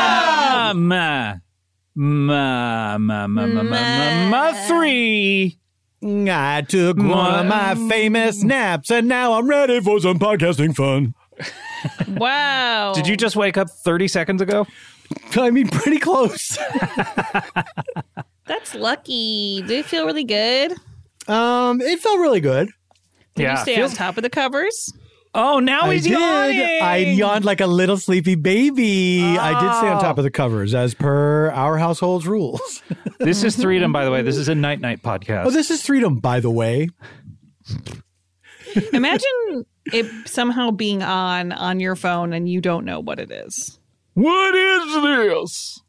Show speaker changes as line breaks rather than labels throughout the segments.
Ma, ma, ma, ma, ma, ma, ma, ma, three.
I took one of my famous naps and now I'm ready for some podcasting fun.
Wow.
Did you just wake up 30 seconds ago?
I mean, pretty close.
That's lucky. Did it feel really good?
Um, it felt really good.
Did you stay
feels-
on top of the covers?
oh, now
I
he's
did.
yawning.
I yawned like a little sleepy baby. I did stay on
Oh.
top of the covers as per our household's rules.
This is Freedom, by the way. This is a night night podcast.
Oh, this is freedom, by the way.
Imagine it somehow being on on your phone and you don't know what it is.
what is this?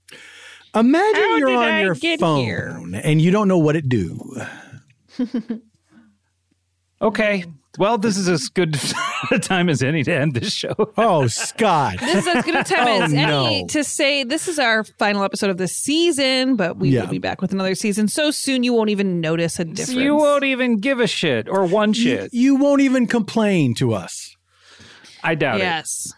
Imagine
How
you're
did
on
I
your
get
phone
here?
and you don't know what it do.
Okay. Well, this is as good a time as any to end this show.
Oh, Scott.
This is as good a time
Oh,
as any
no.
to say this is our final episode of this season, but we
Yeah.
will be back with another season so soon you won't even notice a difference.
You won't even give a shit or
you,
one shit.
you won't even complain to us.
I doubt it.
Yes.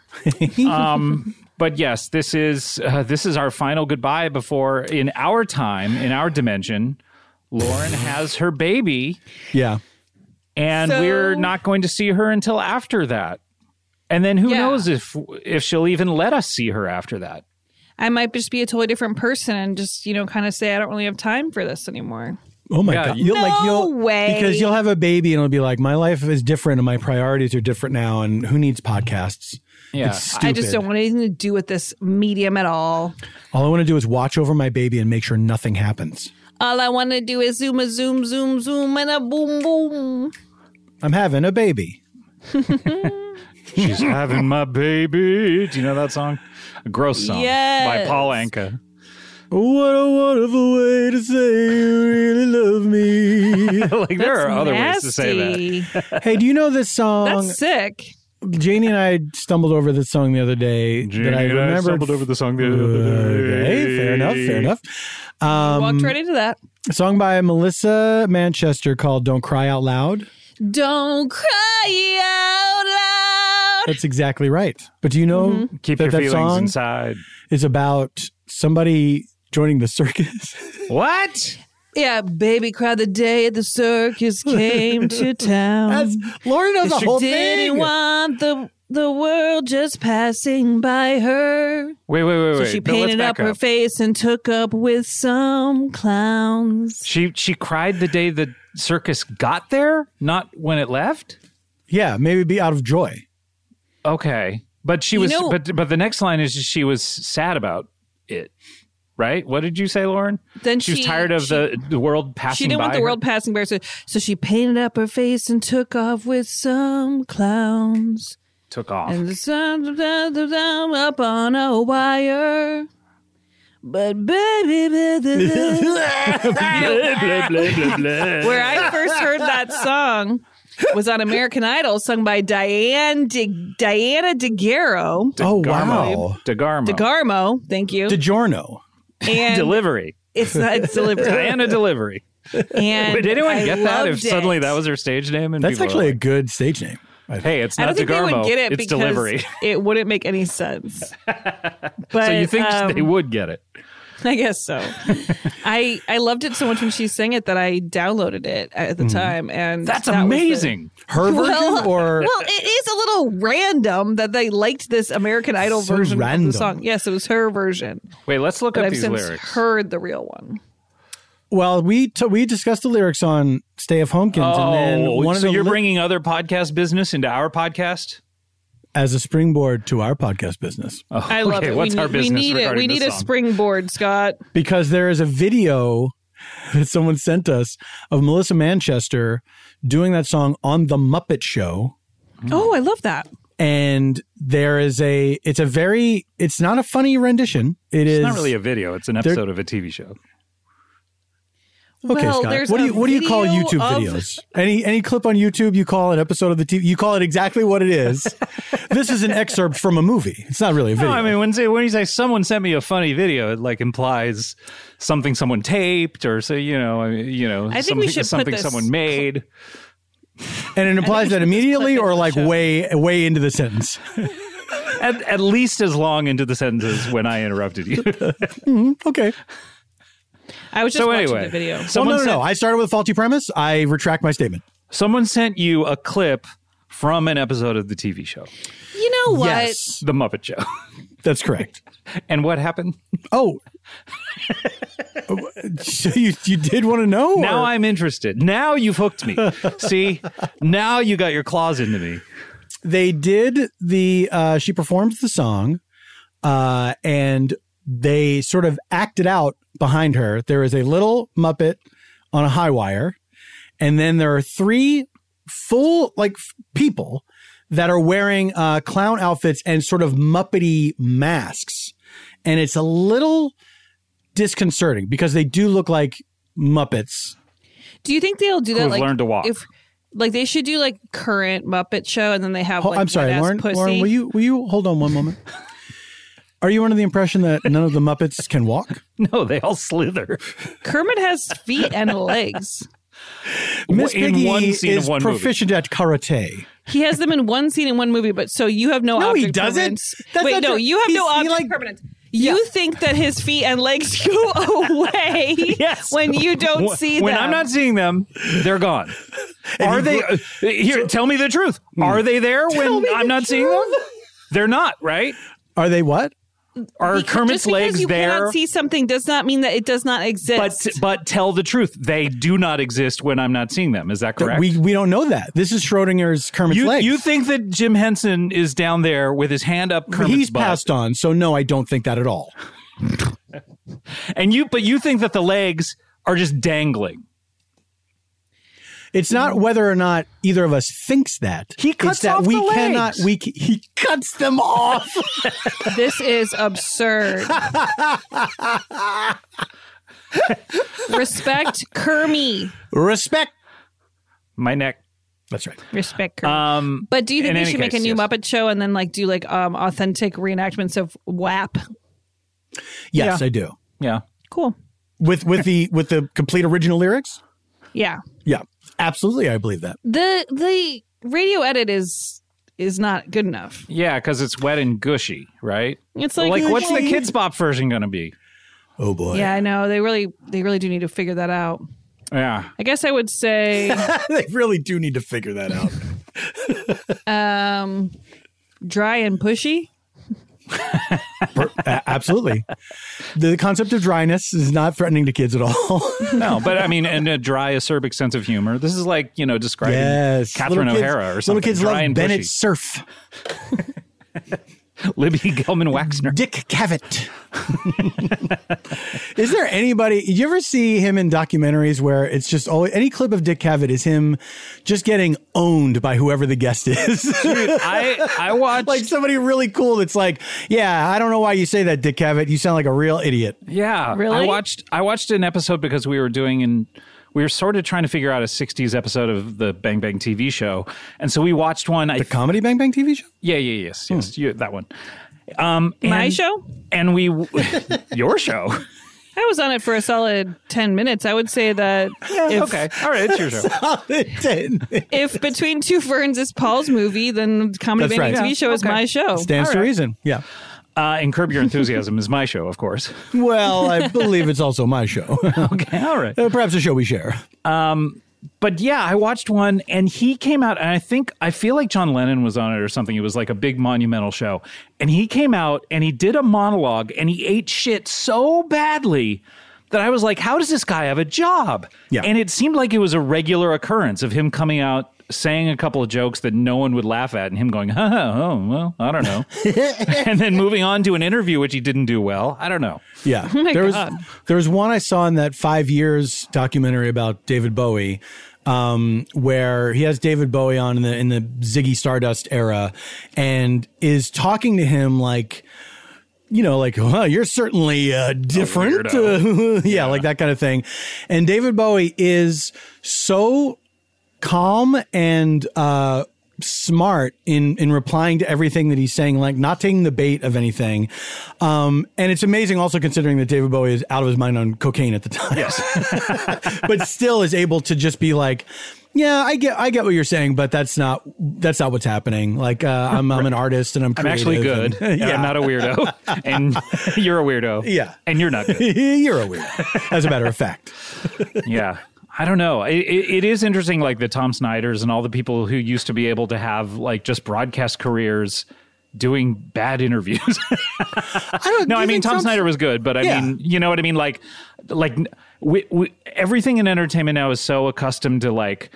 um, but yes, this is uh, this is our final goodbye before in our time in our dimension, Lauren has her baby,
Yeah.
and
So-
we're not going to see her until after that. And then who
Yeah.
knows if if she'll even let us see her after that?
I might just be a totally different person and just, you know, kind of say I don't really have time for this anymore.
Oh my
Yeah,
god!
you-
You'll, like
No
you'll
way.
because you'll have a baby and it'll be like my life is different and my priorities are different now and who needs podcasts?
Yeah.
It's stupid.
I just don't want anything to do with this medium at all.
All I want to do is watch over my baby and make sure nothing happens.
All I want to do is zoom a zoom zoom zoom and a boom boom.
I'm having a baby.
She's having my baby. Do you know that song? A gross song by
Yes.
Paul Anka.
What a wonderful way to say you really love me.
like there are other ways to say that.
Nasty.
hey, do you know this song?
That's sick.
Janie and I stumbled over this song the other day that I remembered.
the song
Okay, fair enough, fair enough. Um,
Walked right into that.
A song by Melissa Manchester called Don't Cry Out Loud.
Don't cry out loud.
That's exactly right. But do you know
Keep
that
your
that
feelings
song
inside.
is about somebody joining the circus?
What?
Yeah, baby cried the day the circus came to town.
That's Lauren knows the
She
whole
didn't
thing.
want the the world just passing by her.
Wait, wait, wait,
So
wait.
she
No, let's
painted
back
up her face and took up with some clowns.
She she cried the day the circus got there, not when it left.
yeah, maybe be out of joy.
Okay, but she
You
was.
know-
but but the next line is she was sad about it, right? What did you say, Lauren?
Then
she, was
she-
tired of
she-
the, the world passing.
She didn't want
by
the
her.
world passing by her, so, so she painted up her face and took off with some clowns.
took off.
And the sun da- da- da- up on a wire. But baby, blah, blah, blah. where I first heard that song was on American Idol, sung by Diane De- Diana DeGarmo.
oh
Garmo.
wow,
DeGarmo.
DeGarmo, thank you.
DiGiorno.
and
Delivery.
it's not it's delivered.
Diana Delivery.
And
Did anyone
I
get that? If
loved
suddenly
it.
that was her stage name, and
That's
people were
actually a
like,
good stage name. I think.
hey, it's
I don't
not
think they
DeGarmo.
would get it
it's
because
delivery.
it wouldn't make any sense. But
so you think
um,
they would get it?
I guess so. I I loved it so much when she sang it that I downloaded it at the time, and
Mm-hmm. That's
that was the-
amazing.
Her version
well,
or
well, it is a little random that they liked this American Idol
So
version of
random.
the song. Yes, it was her version,
Wait, let's look
but
up
I've
these
since
lyrics.
heard the real one.
well, we t- we discussed the lyrics on Stay of Homekins,
oh,
and then one of
so
the
you're
li-
bringing other podcast business into our podcast?
as a springboard to our podcast business
Oh,
I love
okay,
it.
What's
we,
our
need- we
business
need it.
regarding
We need
this
a
song?
springboard, Scott.
because there is a video that someone sent us of Melissa Manchester doing that song on the Muppet Show.
Hmm.
Oh, I love that.
and there is a it's a very it's not a funny rendition It is
It's not really a video. It's an episode of a TV show.
okay
well,
Scott
there's
what do you
a
what do you call
video
YouTube
of-
videos any any clip on YouTube you call an episode of the TV you call it exactly what it is this is an excerpt from a movie it's not really a video
No, I mean, when, say, when you say someone sent me a funny video, it like implies something someone taped or so, you know, I mean, you know,
I think
something,
we should put
something
this-
someone made.
and it implies that immediately
clip
or
in the
like
show.
way way into the sentence
At, at least as long into the sentences when I interrupted you.
okay
I was just
so
watching
anyway,
the video.
well,
Someone
no no
sent,
no I started with a faulty premise I retract my statement
Someone sent you a clip from an episode of the TV show,
You know what?
yes
The Muppet Show.
that's correct
And what happened?
oh so you you did want to know
Now
or-
I'm interested. Now you've hooked me. See, now you got your claws into me.
they did the uh she performed the song uh and they sort of acted out behind her there is a little muppet on a high wire and then there are three full like f- people that are wearing uh clown outfits and sort of muppety masks and it's a little disconcerting because they do look like muppets
Do you think they'll do that?
Who've
Like,
learned to walk.
If, like they should do like current Muppet show, and then they have.
Ho-
Like,
Oh, I'm sorry,
wet-ass
Lauren.
Pussy.
Lauren, will you will you hold on one moment? Are you under the impression that none of the Muppets can walk?
No, they all slither.
Kermit has feet and legs.
Miss
in
Piggy
one scene of
is
one movie.
proficient at karate.
He has them in one scene in one movie, but so you have no.
No, he
object
doesn't.
permanence.
That's
Wait,
not
no,
true.
you have no
He's- he,
object
like-
permanence. You think that his feet and legs go away
Yes.
when you don't
Wh-
see
when
them.
I'm not seeing them, they're gone. Are
he
they
gro-
uh, here? tell me the truth.
Hmm.
Are they there when
me
I'm
the
not seeing them? They're not, right?
Are they what?
Are
Because-
Kermit's
just because
legs
you
there?
cannot see something does not mean that it does not
But
exist.
but tell the truth. They do not exist when I'm not seeing them. Is that correct?
We we don't know that. This is Schrodinger's Kermit's
you
legs.
you think that Jim Henson is down there with his hand up Kermit's
He's
butt,
passed on, so no, I don't think that at all.
and you but you think that the legs are just dangling.
It's not whether or not either of us thinks that.
He cuts
it's that
off
we
the legs.
cannot we c- he cuts them off.
this is absurd. Respect Kermit.
Respect.
My neck.
That's right.
Respect Kermit.
Um,
But do you
in
think they
any
should make a
case,
new
yes.
Muppet show and then like do like um authentic reenactments of WAP?
Yes,
Yeah.
I do.
Yeah.
Cool.
With with the with the complete original lyrics?
Yeah.
Yeah. Absolutely, I believe that.
The the radio edit is is not good enough.
Yeah, because it's wet and gushy, right?
It's
Like,
like,
what's the Kids Bop version going to be?
Oh boy.
Yeah, I know. They really they really do need to figure that out.
Yeah.
I guess I would say
they really do need to figure that out.
um dry and pushy.
Absolutely. The concept of dryness is not threatening to kids at all.
No, but I mean, and a dry, acerbic sense of humor. This is like, you know, describing Catherine
Little kids-
O'Hara or something.
Little kids
dry
love
and
Bennett
bushy.
Cerf,
Libby Gelman Waxner.
Dick Cavett. is there anybody, did you ever see him in documentaries where it's just always, any clip of Dick Cavett is him just getting owned by whoever the guest is?
I, I watched.
like somebody really cool that's like, yeah, I don't know why you say that, Dick Cavett. You sound like a real idiot.
yeah. I
Really?
watched, I watched an episode because we were doing an. We were sort of trying to figure out a 60s episode of the Bang Bang TV show. And so we watched one. I,
The comedy Bang Bang TV show?
yeah, yeah, yes, yes. You, that one. Um,
My
and-
show?
And we, your show.
I was on it for a solid 10 minutes. I would say that if,
Okay. All right. It's your show.
It did.
if Between Two Ferns is Paul's movie, then Comedy
That's
Bang
right.
TV show is
Okay.
my show.
Stands to
right.
reason. Yeah.
Uh, and Curb Your Enthusiasm is my show, of course.
Well, I believe it's also my show. Uh,
Okay, all right.
Perhaps a show we share.
But yeah, I watched one and he came out, and I think, I feel like John Lennon was on it or something. It was like a big monumental show. And he came out and he did a monologue and he ate shit so badly that I was like, how does this guy have a job?
Yeah.
And it seemed like it was a regular occurrence of him coming out. Saying a couple of jokes that no one would laugh at, and him going, "Huh, huh, oh, well, I don't know," and then moving on to an interview which he didn't do well. I don't know.
Yeah.
Oh my
there
God.
was there was one I saw in that five years documentary about David Bowie, um, where he has David Bowie on in the in the Ziggy Stardust era and is talking to him like you know, like, well, you're certainly uh, different. Uh, yeah, like that kind of thing. And David Bowie is so calm and uh, smart in in replying to everything that he's saying, like not taking the bait of anything. Um, and it's amazing, also considering that David Bowie is out of his mind on cocaine at the time. but still is able to just be like. Yeah, I get I get what you're saying, but that's not that's not what's happening. Like uh, I'm I'm an artist and I'm
I'm actually
creative
good.
and-
and I'm not a weirdo. And you're a weirdo.
Yeah.
And you're not good.
You're a weird, as a matter of fact.
Yeah. I don't know. It, it, it is interesting, like the Tom Snyders and all the people who used to be able to have like just broadcast careers doing bad interviews.
I don't.
no,
do you
I mean
think
Tom
Tom's-
Snyder was good, but I
Yeah.
mean, you know what I mean? Like, like we, we, everything in entertainment now is so accustomed to like.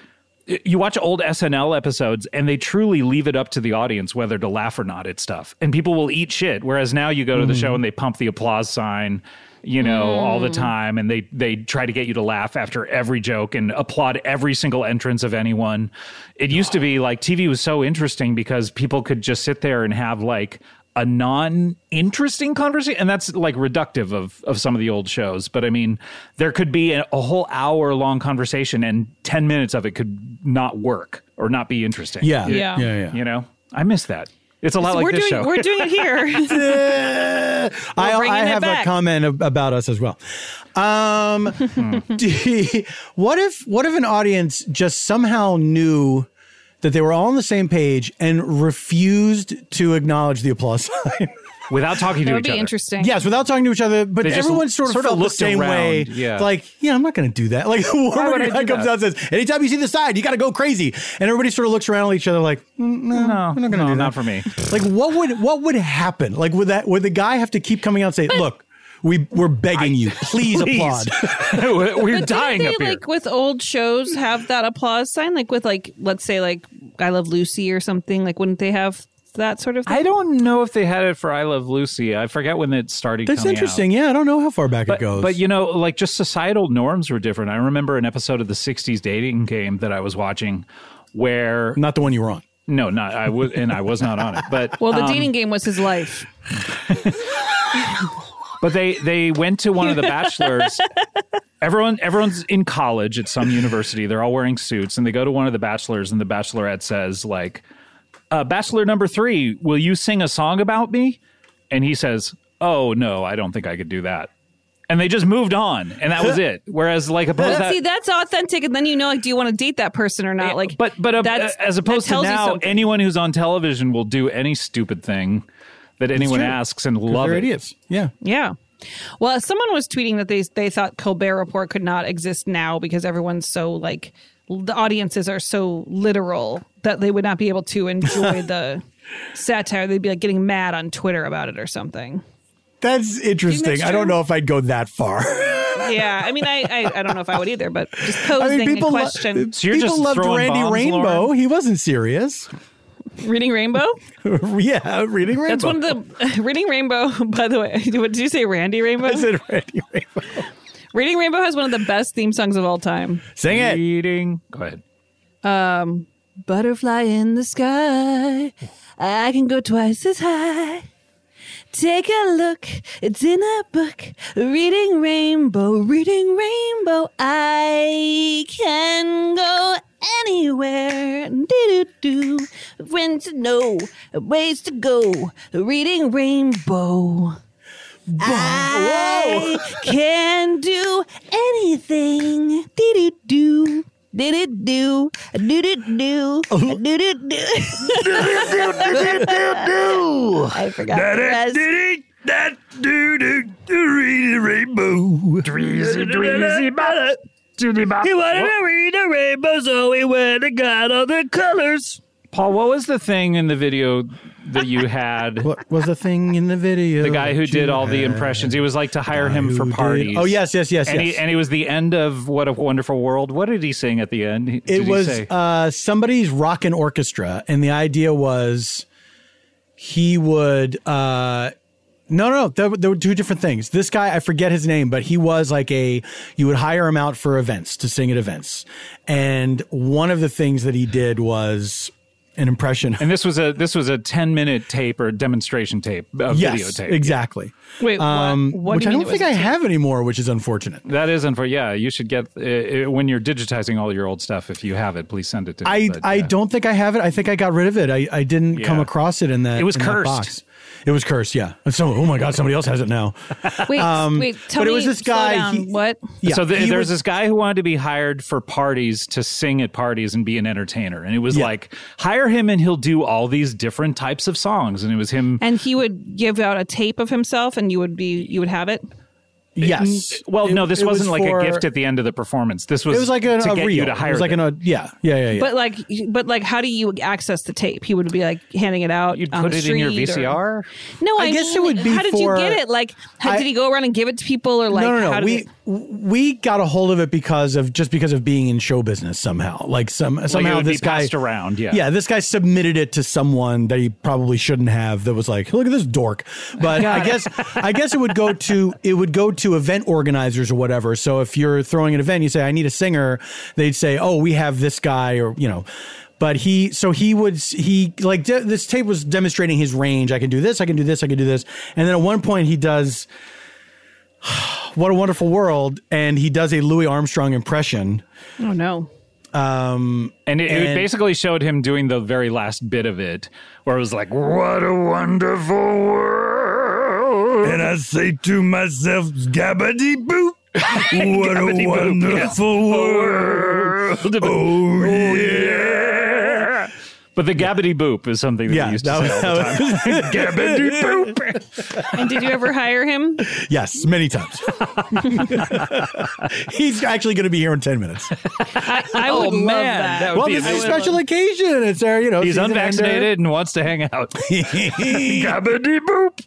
y- You watch old SNL episodes, and they truly leave it up to the audience whether to laugh or not at stuff, and people will eat shit. Whereas now you go to the show and they pump the applause sign, you know, all the time, and they they try to get you to laugh after every joke and applaud every single entrance of anyone. It used to be like TV was so interesting because people could just sit there and have like a non-interesting conversation and that's like reductive of of some of the old shows but i mean there could be a, a whole hour long conversation and 10 minutes of it could not work or not be interesting
Yeah,
Yeah.
yeah, yeah.
you know i miss that it's a lot like
we're
this
doing
show
we're doing it here.
I,
bringing
I
it
have a
back.
comment ab- about us as well. Um, do you- what if what if an audience just somehow knew that they were all on the same page and refused to acknowledge the applause sign?
without talking
that
to
would
each
be
other
interesting.
yes, without talking to each other, but
They just
everyone sort of
sort of
felt the
looked
same
around,
way.
yeah.
Like, yeah, I'm not going to do that. Like, the
would
warmer
I
guy
do
comes
that?
out and says, anytime you see the sign, you got to go crazy. And everybody sort of looks around at each other like, "Mm, no,
no,
we're not going to
no,
do that.
not for me
like what would what would happen like would that would the guy have to keep coming out and say look we we're begging you please, applaud
We're- we're dying
Didn't
up
they,
here
Like with old shows, have that applause sign, like with like let's say like I Love Lucy or something. Like wouldn't they have that sort of thing?
i don't know if they had it for i love lucy i forget when it started
that's
coming out.
interesting yeah i don't know how far back it goes
But you know, like just societal norms were different. I remember an episode of the '60s dating game that I was watching, where
not the one you were on
no, not I was, and I was not on it. But
well, the dating game was his life.
but they they went to one of the bachelors. Everyone everyone's in college at some university. They're all wearing suits, and they go to one of the bachelors, and the bachelorette says like, uh, "Bachelor number three, will you sing a song about me?" And he says, "Oh no, I don't think I could do that." And they just moved on, and that was it. Whereas, like, opposed
But
that,
see, that's authentic, and then you know, like, do you want to date that person or not? Like,
but but uh,
that's-
as
that
opposed to
tells you
now,
something.
anyone who's on television will do any stupid thing that anyone
true.
asks and love
they're
it.
idiots yeah
Yeah. Well, someone was tweeting that they they thought Colbert Report could not exist now because everyone's so like the audiences are so literal that they would not be able to enjoy the satire. They'd be like getting mad on Twitter about it or something.
that's interesting i don't know if i'd go that far
Yeah, I mean, I I, I don't know if I would either, but just posing
i mean people
a
lo-
question.
So you're
people
just
loved
throwing
randy
bombs,
rainbow
Lauren?
he wasn't serious
Reading Rainbow.
yeah reading rainbow
That's one of the Reading Rainbow. By the way, what did you say, Randy Rainbow?
I said Randy Rainbow.
Reading Rainbow has one of the best theme songs of all time.
Sing it.
Reading. Go ahead.
Butterfly in the sky. I can go twice as high. Take a look. It's in a book. Reading rainbow, reading rainbow. I can go anywhere. Do do do. Friends to know, ways to go. Reading rainbow. I can do anything. Do do do.
did it do, did it do, did it do. I forgot the rest.
it, that dude, read a rainbow. Dreezy, dreezy, bada, doody, bop.
He wanted to read a rainbow, so he went and got all the colors.
Paul, what was the thing in the video that you had?
What was the thing in the video?
the guy who
that
did
you
all the
had?
impressions. He was like to hire him for
Who did-
parties.
Oh yes, yes, yes,
And,
yes.
He, and he was the end of What a Wonderful World. What did he sing at the end? He- did
it
he
was
say-
uh, somebody's rockin' orchestra, and the idea was he would. Uh, no, no, there, were- there were two different things. This guy, I forget his name, but he was like a. You would hire him out for events to sing at events, and one of the things that he did was an impression.
and this was a this was a ten minute tape or demonstration tape, a
yes,
videotape.
exactly.
Wait,
Um,
what, what
which
do
I
you
don't
mean it
think I
was a
have anymore, which is unfortunate.
That isn't for yeah. You should get uh, uh, when you're digitizing all your old stuff. If you have it, please send it to me.
I,
But,
I
yeah.
don't think I have it. I think I got rid of it. I, I didn't come
Yeah.
across it in that.
It was
in that
cursed.
box. It was cursed. Yeah. And so, oh my God, somebody else has it now.
Wait, wait. Tell
Um, but it
me,
was this
slow
guy,
down.
he-
what?
Yeah.
so th-
he
there's
was-
this guy who wanted to be hired for parties to sing at parties and be an entertainer, and it was
Yeah.
like hire him and he'll do all these different types of songs, and it was him.
And he would give out a tape of himself, and you would be you would have it.
Yes.
Well,
It-
no, this
it
wasn't
was
like
for-
a gift at the end of the performance. This was
It was like an,
to
a
get
reel.
you to hire
it was like
them.
an, yeah, yeah, yeah, yeah.
But like, but like, how do you access the tape? He would be like handing it out.
You'd
on
put
the
it in your
street
VCR.
Or, no, I,
I guess
mean,
it would be
How did
for-
you get it? Like, how
I-
did he go around and give it to people, or like,
no, no,
How
no.
did
We
it-
we got a hold of it because of just because of being in show business somehow. Like some somehow
would be
this guy
passed around, yeah.
yeah. This guy submitted it to someone that he probably shouldn't have. That was like, look at this dork. But I guess I guess it would go to it would go to event organizers or whatever. So if you're throwing an event, you say I need a singer. They'd say, oh, we have this guy, or you know. But he, so he would, s- he like de- this tape was demonstrating his range. I can do this, I can do this, I can do this. And then at one point, he does what a Wonderful World, and he does a Louis Armstrong impression.
oh no.
And it, it
And-
basically showed him doing the very last bit of it, where it was like, "What a wonderful world."
And I say to myself, Gabbity Boo, what a wonderful world. Oh, yeah.
But the gabbity boop is something that
Yeah,
we used to
that
say all the
was-
time. gabbity boop.
And did you ever hire him?
Yes, many times. He's actually going to be here in 10 minutes.
I, I would love that.
Oh, that would
Well,
be
this is a
amazing.
special occasion. It's our, you know,
He's
season
unvaccinated
ender.
and wants to hang out. gabbity boop.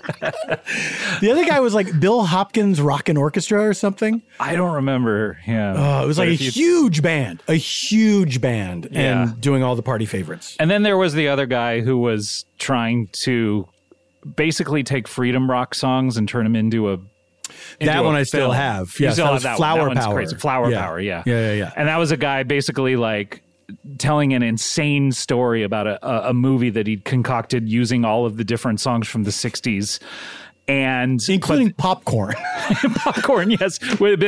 the other guy was like Bill Hopkins Rockin' Orchestra or something.
I don't remember him.
Uh, it was
But
like a
if you-
huge band, a huge band,
Yeah.
and doing all the party favorites.
And then there was the other guy who was trying to basically take freedom rock songs and turn them into a. into
That
a
one I still
film.
have.
You
Yes,
still
that
have
was
that
Flower
one. That
Power.
one's crazy. Flower
Yeah.
Power, yeah.
Yeah, yeah, yeah.
And that was a guy basically like telling an insane story about a, a, a movie that he'd concocted using all of the different songs from the 60s. And
Including popcorn.
popcorn, yes. With-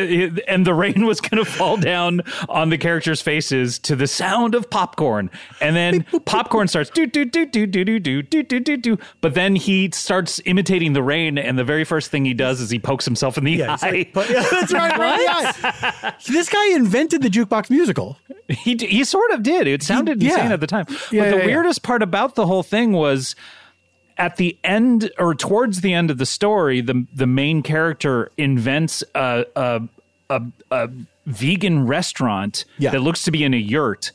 And the rain was going to fall down on the characters' faces to the sound of popcorn. And then popcorn starts do do do do do do do do do do do. But then he starts imitating the rain, and the very first thing he does is he pokes himself in the
Yeah, he's
eye.
like, but- yeah, that's right. right, yeah. This guy invented the jukebox musical.
he d- he sort of did. It sounded
yeah.
insane at the time.
Yeah,
but the
yeah, yeah.
weirdest part about the whole thing was at the end or towards the end of the story, the the main character invents a a a, a vegan restaurant
Yeah.
that looks to be in a yurt.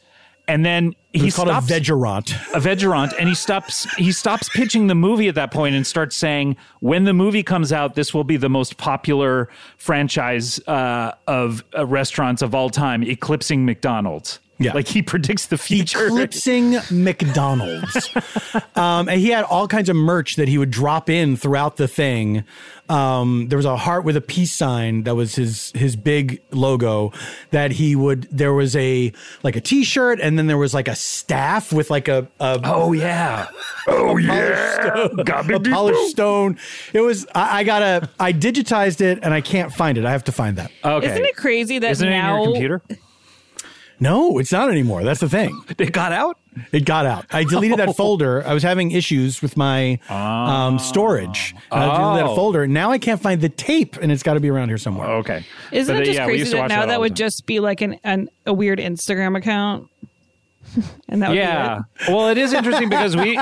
And then
It
he
was called
stops
a vegerant.
a vegerant and he stops he stops pitching the movie at that point and starts saying when the movie comes out this will be the most popular franchise uh, of uh, restaurants of all time eclipsing mcdonald's
Yeah.
like he predicts the future
Eclipsing McDonald's. um, and he had all kinds of merch that he would drop in throughout the thing. Um, there was a heart with a peace sign that was his his big logo that he would there was a like a t-shirt and then there was like a staff with like a, a
oh yeah oh yeah
a polished stone. It was I, I gotta I digitized it and I can't find it. I have to find that.
okay
Isn't it crazy that
isn't it in
now
your computer
No, it's not anymore. That's the thing.
It got out.
It got out. I deleted that folder. I was having issues with my um, storage. And I deleted
Oh.
that folder. Now I can't find the tape, and it's got to be around here somewhere.
Okay.
Isn't
But, uh,
it just
yeah, we used
crazy
to
that
watch
now that
all
would
the time.
just be like an, an a weird Instagram account? and that would
yeah. Well, it is interesting because we,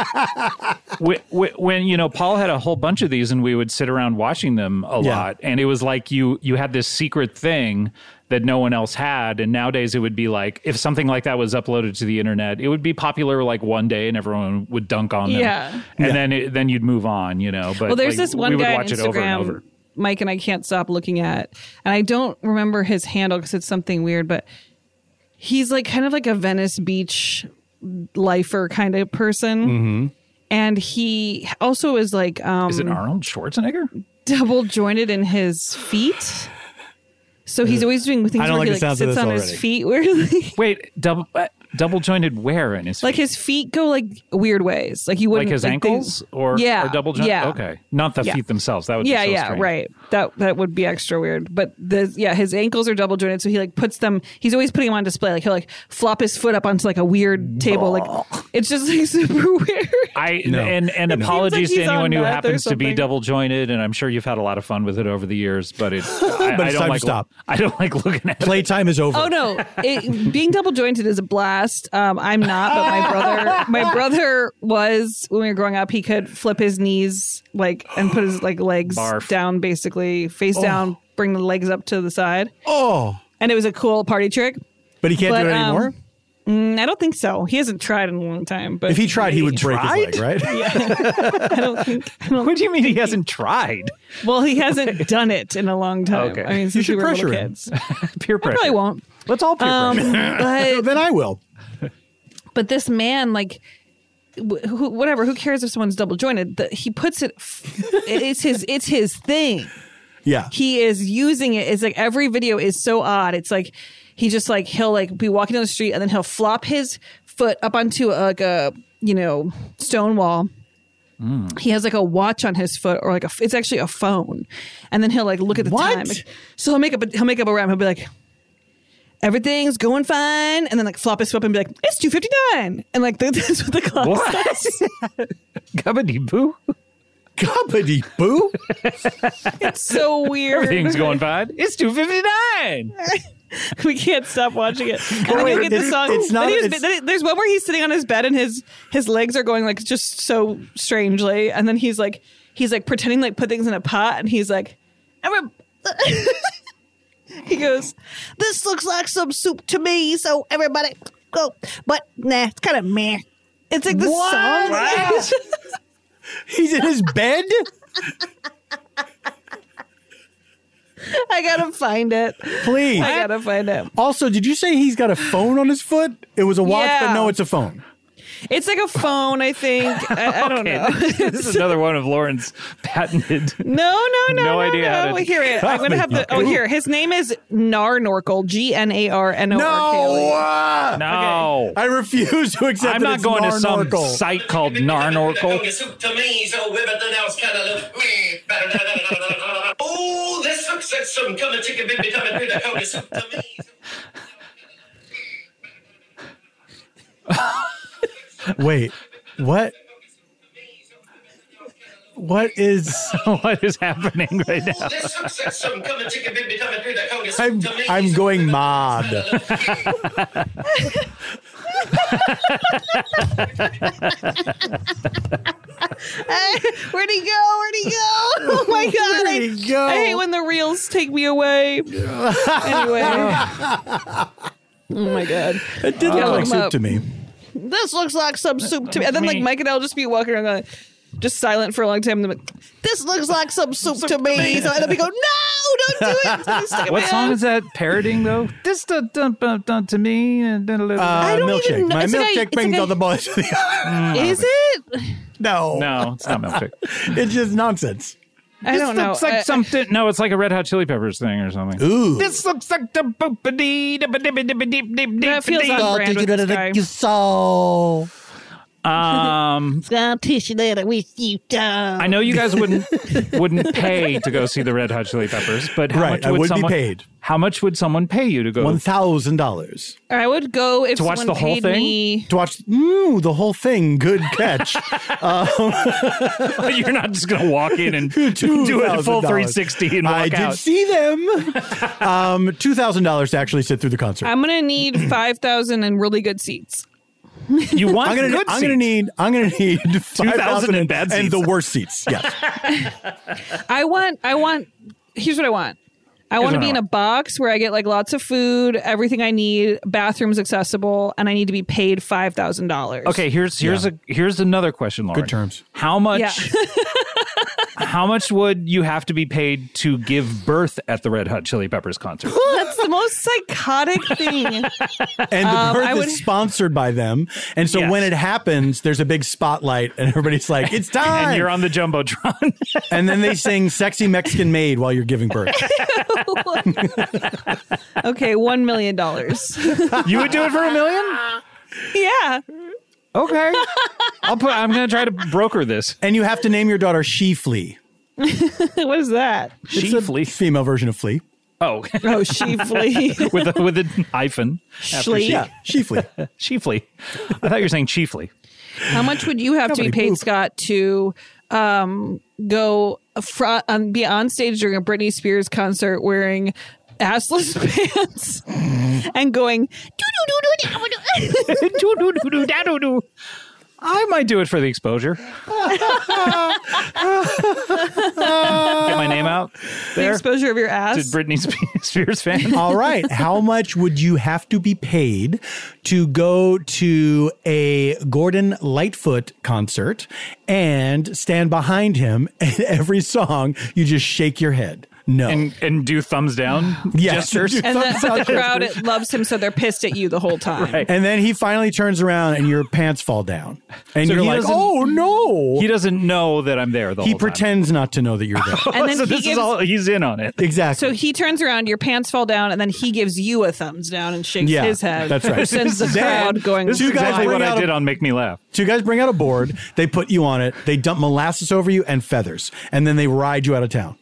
we, we, when you know, Paul had a whole bunch of these, and we would sit around watching them a
Yeah.
lot, and it was like you you had this secret thing that no one else had, and nowadays it would be like if something like that was uploaded to the internet, it would be popular like one day, and everyone would dunk on them,
Yeah.
and then it, then you'd move on, you know. But
Well, there's
like,
this one
we would
guy on
watch it over
Instagram,
and over.
Mike, and I can't stop looking at, and I don't remember his handle because it's something weird, but he's like kind of like a Venice Beach lifer kind of person, and he also is like um,
Mm-hmm. Is it Arnold Schwarzenegger?
double jointed in his feet. So he's
Uh,
always doing things
I don't
where
like the
he like
sounds of
sits
this
on
already.
his feet weirdly.
Wait, double uh, double jointed where in his
like his feet go like weird ways. Like you
like
wouldn't
his
they-
ankles or
yeah,
or double joint.
Yeah.
Okay, not the
Yeah.
feet themselves. That would
yeah,
be so
yeah,
strange.
right. That that would be extra weird. But the yeah, his ankles are double jointed, so he like puts them. He's always putting them on display. Like he'll like flop his foot up onto like a weird table. Like it's just like super weird.
I and and
like
apologies to
he's on
anyone who
meth or
happens to be
something.
double jointed, and I'm sure you've had a lot of fun with it over the years. But it, I,
But
I
it's
don't
time to
like
stop.
I don't like looking at. it.
Playtime is over.
Oh no! It, being double jointed is a blast. Um, I'm not, but my brother, my brother was when we were growing up. He could flip his knees like and put his like legs
Barf. Oh.
down, basically face down, bring the legs up to the side,
Oh,
and it was a cool party trick.
but he can't
But,
do it
um,
anymore.
Mm, I don't think so. He hasn't tried in a long time. But
if he tried, he would break his leg, right?
I don't think. I don't
What do you mean he hasn't tried?
Well, he hasn't done it in a long time.
Okay.
I mean, since
should
we were little
pressure him.
kids.
Peer pressure.
Probably won't.
Let's all peer
Um,
pressure.
but
then I will.
but this man, like, wh- who, whatever. Who cares if someone's double jointed? The, he puts it. f- It's his. It's his thing.
Yeah.
He is using it. It's like every video is so odd. It's like he just like he'll like be walking down the street and then he'll flop his foot up onto a, like a you know stone wall. He has like a watch on his foot or like a it's actually a phone, and then he'll like look at the
What?
time. So he'll make up a, he'll make up a rhyme. He'll be like. Everything's going fine, and then like flop his foot up and be like, "It's two fifty nine, and like that's what the clock
What?
says.
Gubbity boo.
Gubbity boo.
It's so weird.
Everything's going fine. It's two fifty nine.
we can't stop watching it. And then you
wait,
get the
it's-
song.
it's not-
then he was-
it's-
then there's one where he's sitting on his bed and his his legs are going like just so strangely, and then he's like he's like pretending like put things in a pot, and he's like, "I'm a-" he goes, "This looks like some soup to me." So everybody go, but nah, it's kind of meh. It's like this
What?
song.
He's in his bed.
I gotta find it.
Please.
I gotta find it.
Also, did you say he's got a phone on his foot? It was a watch, but
Yeah.
no, it's a phone.
It's like a phone, I think. I, I don't know.
this is another one of Lauren's patented.
No, no, no,
No
no
idea how
No.
to-
Here it. I'm gonna have the. Oh, here. His name is Narnorkel. G N A R E. N O R
uh,
No.
I refuse to accept.
I'm
that
not
it's
going to some
Narnorkel.
site called Narnorkel.
To me, so everything else kind of look me. Oh, this looks like some coming chicken baby coming through the coca soup to me.
Wait, what? What is?
what is happening right now?
Ooh, this looks like some coming chicken baby coming through the coca soup
I'm
to me.
I'm going mod.
K. Where'd he go? Where'd he go? Oh my god!
Where'd
I,
he go?
I hate when the reels take me away. anyway. Oh my god!
It did look
look
like
him
soup
up.
to me.
This looks like some soup to me. And then like
Me.
Mike and I'll just be walking around. Going, just silent for a long time. And then like, this looks like some soup to me. So I'll be going, no, don't do it. It's gonna stick in
What
my
song
ass.
is that parroting though? This dun dun dun dun to me and dun- dun- dun-
Uh,
don't
milkshake.
even know-
My
it's like I-
milkshake
it's
brings
like I-
all the boys to the yard.
Is it?
No,
No, it's not milkshake.
it's just nonsense.
I don't know.
Looks like
I-
something. No, it's like a Red Hot Chili Peppers thing or something.
Ooh.
This looks like the boop a dee da ba dee ba dee ba dee dee dee
That feels
dee.
on brand with this guy.
saw.
Um,
I'll teach you later with you, dog.
I know you guys wouldn't wouldn't pay to go see the Red Hot Chili Peppers, but how
Right,
much
I
would,
would be
someone
paid.
How much would someone pay you to go?
One thousand dollars
Or I would go if
To watch
someone
the whole
paid
thing?
me.
to watch. Ooh, the whole thing. Good catch.
You're not just gonna walk in and do a
$2,000.
full 360 and walk
I
out.
did see them. um, two thousand dollars to actually sit through the concert. I'm,
I'm gonna need five thousand and really good seats.
you want
gonna.
good
I'm gonna
seats.
need. I'm gonna need five thousand
and bad
and the
seats.
worst seats. Yes.
I want. I want. Here's what I want. I want to
what I
be in a
want.
box where I get like lots of food, everything I need, bathrooms accessible, and I need to be paid five thousand dollars.
Okay, here's here's a here's another question, Lauren.
Good terms.
How much? how much would you have to be paid to give birth at the Red Hot Chili Peppers concert?
that's the most psychotic thing.
and the birth
I would-
is sponsored by them. And so
Um, Yes.
when it happens, there's a big spotlight, and everybody's like, "It's time!"
and
And,
you're on the jumbotron.
then they sing "Sexy Mexican Maid" while you're giving birth.
okay, one million dollars.
you would do it for a million?
yeah,
Okay, I'll put. I'm gonna try to broker this.
and you have to name your daughter She Flea.
what is that?
It's a
Sheefly.
female version of Flea.
Oh,
Oh, sheefly.
with a, with an hyphen. after
Shlee.
she-
Yeah, She Flea.
Chiefly. I thought you were saying chiefly.
How much would you have to be
Nobody
paid,
poop.
Scott, to um, go fr- um, be on stage during a Britney Spears concert wearing assless pants and going?
Do-do-do-do-da-do-do. I might do it for the exposure. Get my name out
The
there
exposure of your
to
ass.
Britney Spe- Spears fans.
All right. How much would you have to be paid to go to a Gordon Lightfoot concert and stand behind him and every song you just shake your head? No.
And, and do thumbs down
Yes.
gestures.
and
Thumbs
the,
up
the
gestures.
crowd it loves him, so they're pissed at you the whole time.
Right.
And then he finally turns around and your pants fall down. And
So
you're
he
like,
doesn't-
oh no.
He
He,
doesn't know that I'm there the whole time.
pretends not to know that you're there.
And then
so
he
this is
gives-
all he's in on it.
exactly.
So he turns around, your pants fall down, and then he gives you a thumbs down and shakes
Yeah,
his head.
that's right.
Which sends the
Then-
crowd going.
This is
You guys
exactly what
bring
I
out a-
did on Make Me Laugh.
Two guys bring out a board, they put you on it, they dump molasses over you and feathers, and then they ride you out of town.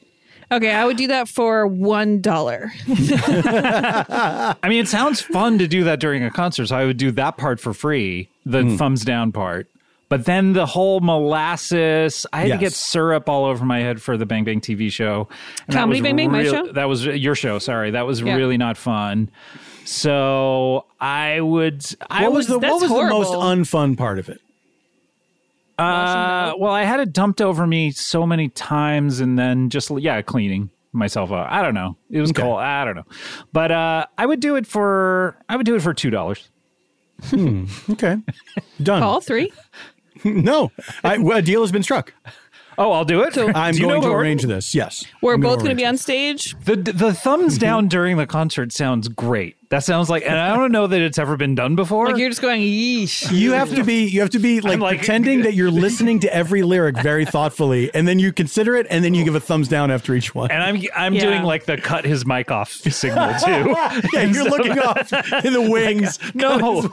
Okay, I would do that for one dollar.
I mean, it sounds fun to do that during a concert, so I would do that part for free, the thumbs down part. But then the whole molasses, I had
Yes.
to get syrup all over my head for the Bang Bang TV show. And that
Comedy
was
Bang Bang, my
real-
show?
That was your show, sorry. That was
Yeah.
really not fun. So I would. I
What was the
would-
what
that's
was
horrible.
the most unfun part of it?
Uh, well, I had it dumped over me so many times, and then just yeah, cleaning myself up. I don't know. It was cool. I don't know, but uh, I would do it for I would do it for two dollars.
Okay. Done.
All three.
No. I, well, a deal has been struck.
Oh, I'll do it.
I'm
Do you
going
know
to
where-
arrange this. Yes.
We're
I'm
both going to
arrange
be on
this.
stage.
the the thumbs
Mm-hmm.
down during the concert sounds great. That sounds like, and I don't know that it's ever been done before.
Like you're just going, yeesh.
You have to be you have to be like,
like-
pretending that you're listening to every lyric very thoughtfully and then you consider it and then you give a thumbs down after each one.
and I'm I'm
Yeah.
doing like the cut his mic off signal too.
yeah, you're looking off in the wings.
no,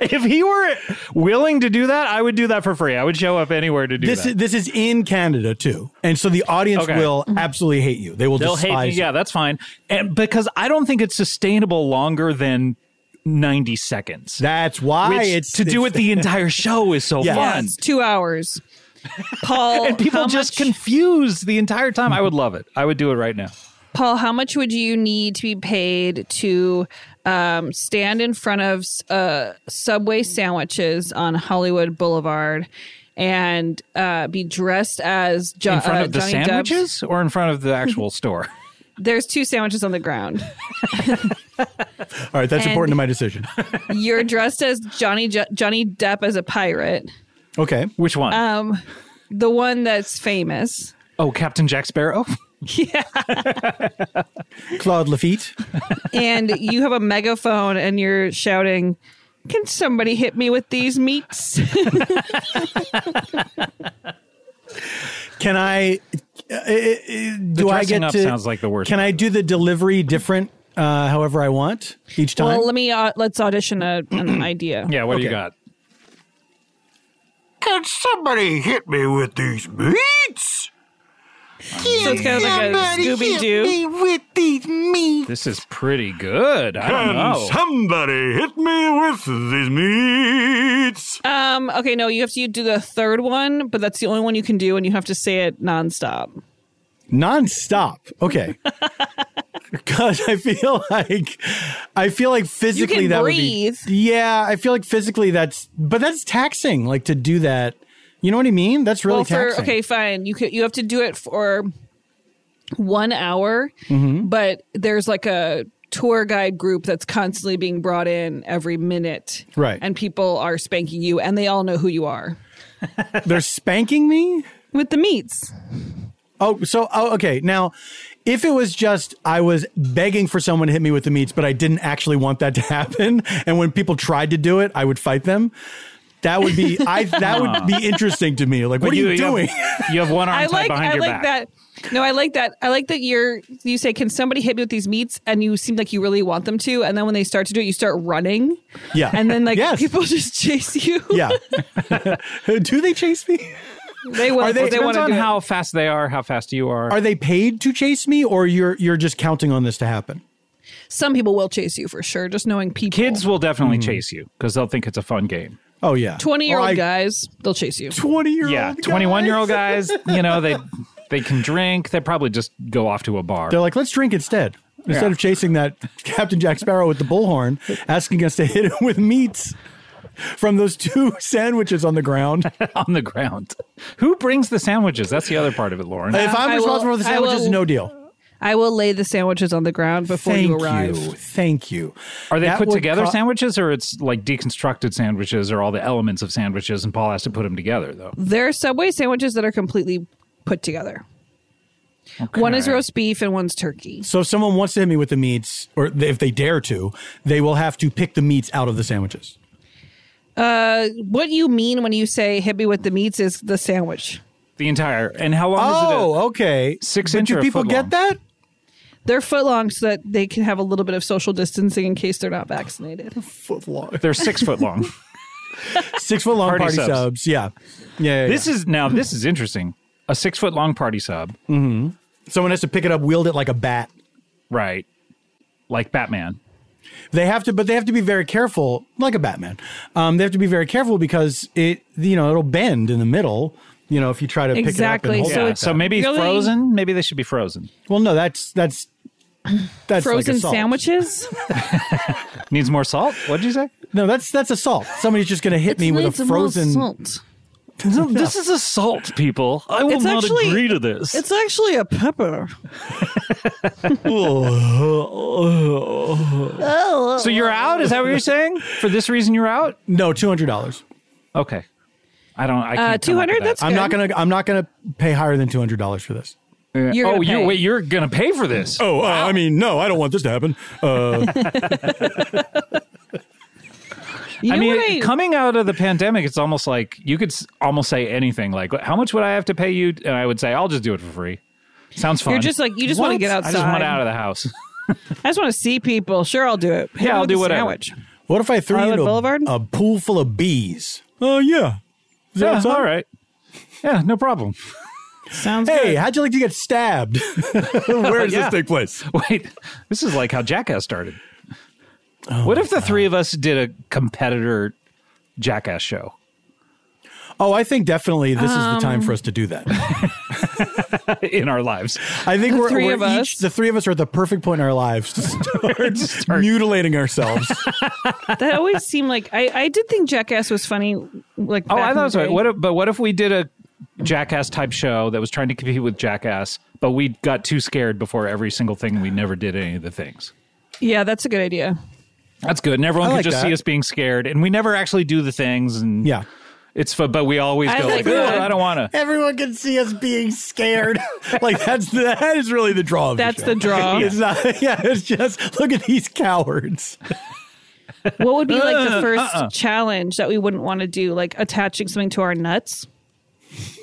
if he were willing to do that, I would do that for free. I would show up anywhere to do
This
that.
is, this is in Canada too, and so the audience
Okay.
will absolutely hate you. They will
They'll hate me.
despise.
Yeah, that's fine. And because I don't think it's sustainable longer than 90 seconds.
you. that's why
which
it's
to do it the entire show is so
Yeah.
fun.
It's two hours. Paul,
And people
how
just
much,
confused the entire time. I would love it. I would do it right now.
Paul, how much would you need to be paid to um, stand in front of uh, Subway sandwiches on Hollywood Boulevard and uh, be dressed as jo-
In front
uh,
of the
Johnny Depp's-
sandwiches or in front of the actual store?
There's two sandwiches on the ground.
All right, that's
and-
important to my decision.
You're dressed as Johnny Jo- Johnny Depp as a pirate.
Okay,
Which one?
Um, the one that's famous.
oh, Captain Jack Sparrow?
Claude Lafitte.
and you have a megaphone and you're shouting, "Can somebody hit me with these meats?"
Can I? Uh, uh, uh, do I
dressing
get
up
to?
sounds like the worst
Can I
part.
do the delivery different, uh, however I want each time?
well, let me uh, let's audition a, an idea.
Yeah, what do you
Okay.
got?
Can somebody hit me with these meats?
So it's kind of like a Scooby Doo.
me with these meats?
This is pretty good. I don't know.
somebody hit me with these meats?
Um. Okay. No, you have to do the third one, but that's the only one you can do, and you have to say it nonstop.
nonstop. Okay. Cause I feel like I feel like physically
can
that
breathe.
would be Yeah, I feel like physically that's but that's taxing like to do that. You know what I mean? That's really
well, for
taxing.
okay, fine. You could you have to do it for one hour,
Mm-hmm.
but there's like a tour guide group that's constantly being brought in every minute,
Right.
And people are spanking you, and they all know who you are
They're spanking me?
with the meats.
Oh, so oh, okay. Now, if it was just I was begging for someone to hit me with the meats, but I didn't actually want that to happen, and when people tried to do it, I would fight them. That would be I. That would be interesting to me. Like, what are you, doing?
Have, you have one arm
I
tied
like
behind
I
your
like
back.
that. No, I like that. I like that you're you say, Can somebody hit me with these meats? And you seem like you really want them to, and then when they start to do it, you start running.
yeah,
And then like
Yes.
people just chase you.
yeah. do they chase me?
They will
Are
if they,
they-
want
Depends
to
on
do it.
how fast they are, how fast you are.
Are they paid to chase me, or you're you're just counting on this to happen?
some people will chase you for sure, just knowing people.
Kids will definitely
Mm-hmm.
chase you because they'll think it's a fun game.
Oh yeah,
20 year
Well, I-
old guys, they'll chase you.
20 year old
Yeah, twenty-one year old guys. You know they they can drink. They probably just go off to a bar.
They're like, let's drink instead. Instead
Yeah.
of chasing that Captain Jack Sparrow with the bullhorn, asking us to hit him with meats from those two sandwiches on the ground. if
on the ground. Who brings the sandwiches? That's the other part of it, Lauren.
I'm
I will-
responsible for the
I
sandwiches,
will-
no deal.
I will lay the sandwiches on the ground before
Thank
you arrive.
Thank you.
Are they
That
put
would
together
co-
sandwiches or it's like deconstructed sandwiches or all the elements of sandwiches and Paul has to put them together though?
There are Subway sandwiches that are completely put together. One is
Okay.
roast beef and one's turkey.
So if someone wants to hit me with the meats, or th- if they dare to, they will have to pick the meats out of the sandwiches.
Uh, what you mean when you say hit me with the meats is the sandwich.
The entire and how long is it?
Oh, okay.
Six
but
inch
do
or a
people
foot
get
long?
that?
They're foot long so that they can have a little bit of social distancing in case they're not vaccinated.
Foot long.
They're six foot long.
Six foot long
Party
party,
subs.
subs. Yeah. Yeah. yeah,
This
yeah.
is now this is interesting. A six foot long party sub.
someone has to pick it up, wield it like a bat.
Right. Like Batman.
They have to, but they have to be very careful, like a Batman. Um, they have to be very careful because it, you know, it'll bend in the middle. You know, if you try to pick
Exactly.
it up and hold
So
it.
Yeah.
like
it's
So
that.
maybe
really-
frozen. Maybe they should be frozen.
well, no, that's that's that's
Frozen
like assault.
sandwiches?
Needs more salt? What'd you say?
No, that's that's assault. Somebody's just going to hit me with a frozen.
salt.
This is assault, people. I will
It's not actually- agree
to this.
It's actually a pepper.
So you're out? Is that what you're saying? For this reason, you're out?
No, two hundred dollars.
Okay. I don't. I can't.
Uh,
come up with
200?
that.
That's
I'm
good.
not gonna I'm not gonna pay higher than two hundred dollars for this.
You're
oh,
gonna
you
pay.
wait. You're gonna pay for this.
Oh, uh, I mean, no, I don't want this to happen. Uh,
You
I
know
mean,
what I-
coming out of the pandemic, it's almost like you could s- almost say anything. Like, how much would I have to pay you? And I would say, I'll just do it for free. Sounds fun.
You're just like you just want to
What?
get
I
outside.
I just want out of the house.
I just want to see people. Sure, I'll do it. Hit
Yeah,
me
I'll
with
do
a
whatever.
Sandwich.
what if I threw
Hollywood
you
Boulevard?
into a, a pool full of bees? Oh yeah. Is that
yeah,
outside?
all right. Yeah, no problem.
Sounds
Hey, how'd you like to get stabbed? Where does this
Yeah.
take place?
Wait, this is like how Jackass started. what if the three of us did a competitor Jackass show?
Oh, I think definitely this is the time
Um,
for us to do that.
in our lives.
I think we're,
three
we're
of us.
each, the three of us are at the perfect point in our lives to start,
start-
mutilating ourselves.
good. That always seemed like I, I did think Jackass was funny. Like
Oh,
back in
I
the
thought so.
day.
What if, but what if we did a Jackass type show that was trying to compete with Jackass, but we got too scared before every single thing. and We never did any of the things.
yeah, that's a good idea.
That's good, and everyone
I
can
like
just
that.
see us being scared, and we never actually do the things. And
yeah.
it's fun, but we always
I
go
like
like,
that.
"Ugh, I don't want to.
Everyone can see us being scared. like that's the, that is really the draw of
That's
the,
the
show.
draw.
It's not, yeah, it's just look at these cowards.
What would be like
Uh-uh.
the first challenge that we wouldn't want to do? Like attaching something to our nuts.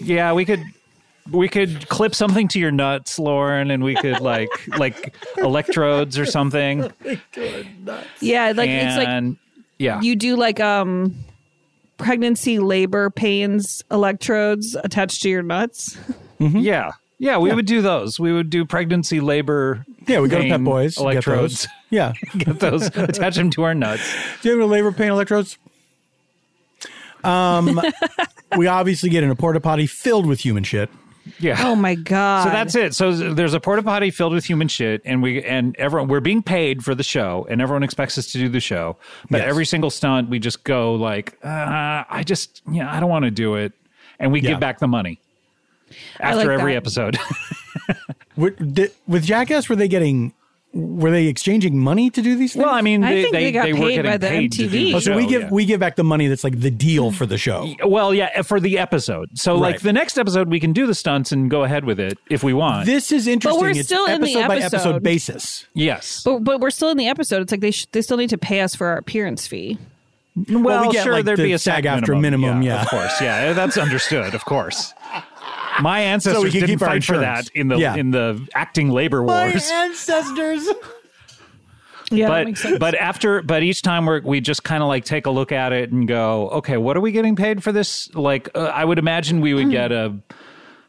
Yeah, we could. We could clip something to your nuts, Lauren, and we could like like electrodes or something.
Yeah, like it's like
and yeah,
you do like um pregnancy labor pains electrodes attached to your nuts.
Yeah. Yeah, we would do those. We would do pregnancy labor.
Yeah, we go to
pain
Pep Boys. get those.
Electrodes.
Yeah.
Get those. attach them to our nuts.
Do you have any labor pain electrodes? Um, we obviously get in a porta potty filled with human shit.
Yeah.
Oh my god!
So that's it. So there's a porta potty filled with human shit, and we and everyone we're being paid for the show, and everyone expects us to do the show. But
Yes.
every single stunt, we just go like, uh, I just, yeah, I don't want to do it, and we
Yeah.
give back the money
I
after
like
every
that.
episode.
With, di- with Jackass, were they getting? Were they exchanging money to do these things?
well, I mean,
I
they
think
they,
we got
were
paid
getting
by the
paid to do
MTV.
the
Oh, so we
show,
give
yeah.
we give back the money that's like the deal for the show.
Well, yeah, for the episode. So,
Right.
like the next episode, we can do the stunts and go ahead with it if we want.
This is interesting.
we're
it's
still in
episode
the
by
episode.
episode basis.
yes.
but, but we're still in the episode. It's like they sh- they still need to pay us for our appearance fee.
well,
we get,
sure,
like,
there'd
the
be a
SAG
SAG
after minimum, yeah.
of course. Yeah, eh, that's understood. Of course. My ancestors
can
didn't
keep our
fight for
insurance.
that in the
Yeah.
in the acting labor wars.
ancestors.
Yeah, that makes
but
sense.
but after but each time we we just kind of like take a look at it and go, okay, what are we getting paid for this? Like, uh, I would imagine we would get a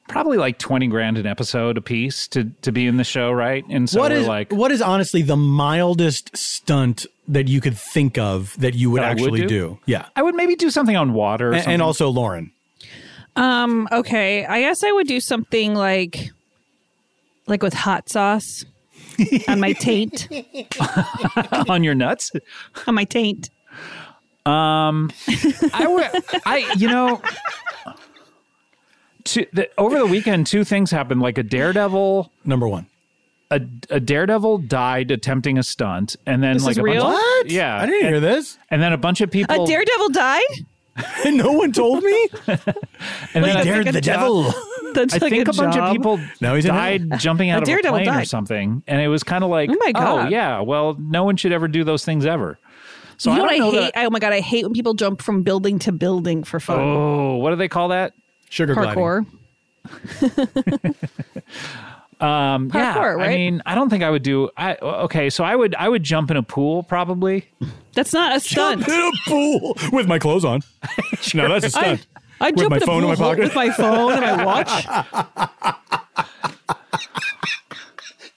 probably like twenty grand an episode a piece to to be in the show, right? And so
What
we're
is
like,
what is honestly the mildest stunt that you could think of that you would
That I would
actually
do?
Yeah,
I would maybe do something on water, or
and,
something.
and also Lauren.
um, okay, I guess I would do something like like with hot sauce on my taint
on your nuts.
on my taint.
I would, I, you know, to, the, over the weekend, two things happened. Like a daredevil,
Number one.
a, a daredevil died attempting a stunt, and then
This
like
is
a
real?
bunch,
What?
yeah,
I didn't hear this,
and then a bunch of
A
people,
daredevil died.
and no one told me.
and then
Wait,
I- uh,
dare-
Dared
like
the
a job.
devil.
That's
I
like
think a, bunch of
job.
people
Now he's in
died jumping out of a
daredevil
plane or
died.
something, and it was kind of like,
Oh my God.
yeah, well, no one should ever do those things ever. So
you know
I
what I
don't know
hate?
that-
oh my god, I hate when people jump from building to building for fun.
oh, what do they call that?
Sugar gliding.
Parkour.
Um, yeah,
Parkour,
I
right?
mean, I don't think I would do. I okay, so I would I would jump in a pool probably.
That's not a stunt.
in a pool with my clothes on. No, that's a
I,
stunt.
I
With
jump
my
in a
phone in
pool
my pocket.
with my phone and my watch.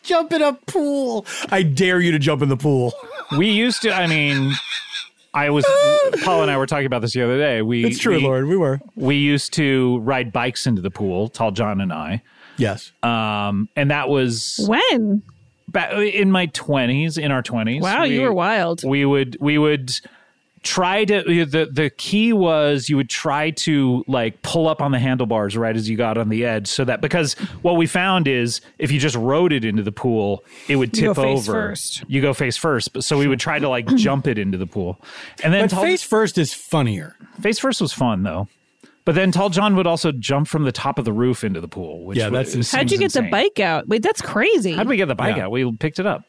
jump in a pool. I dare you to jump in the pool.
We used to. I mean, I was Paul and I were talking about this the other day. We
It's true,
we,
Lauren. We were.
We used to ride bikes into the pool, Tall John and I,
Yes.
um, and that was
When?
back in my twenties, in our twenties.
Wow, you were wild.
We would we would try to the the key was you would try to like pull up on the handlebars right as you got on the edge so that because what we found is if you just rode it into the pool it would
You go
tip
face
over
first.
you go face first but so we would try to like jump it into the pool and then
but
tall,
face first is funnier.
face first was fun though but then tall john would also jump from the top of the roof into the pool which
Yeah,
wa-
that's
seems
How'd you get the
insane.
bike out? Wait, that's crazy.
how did we get the bike
Yeah.
out we picked it up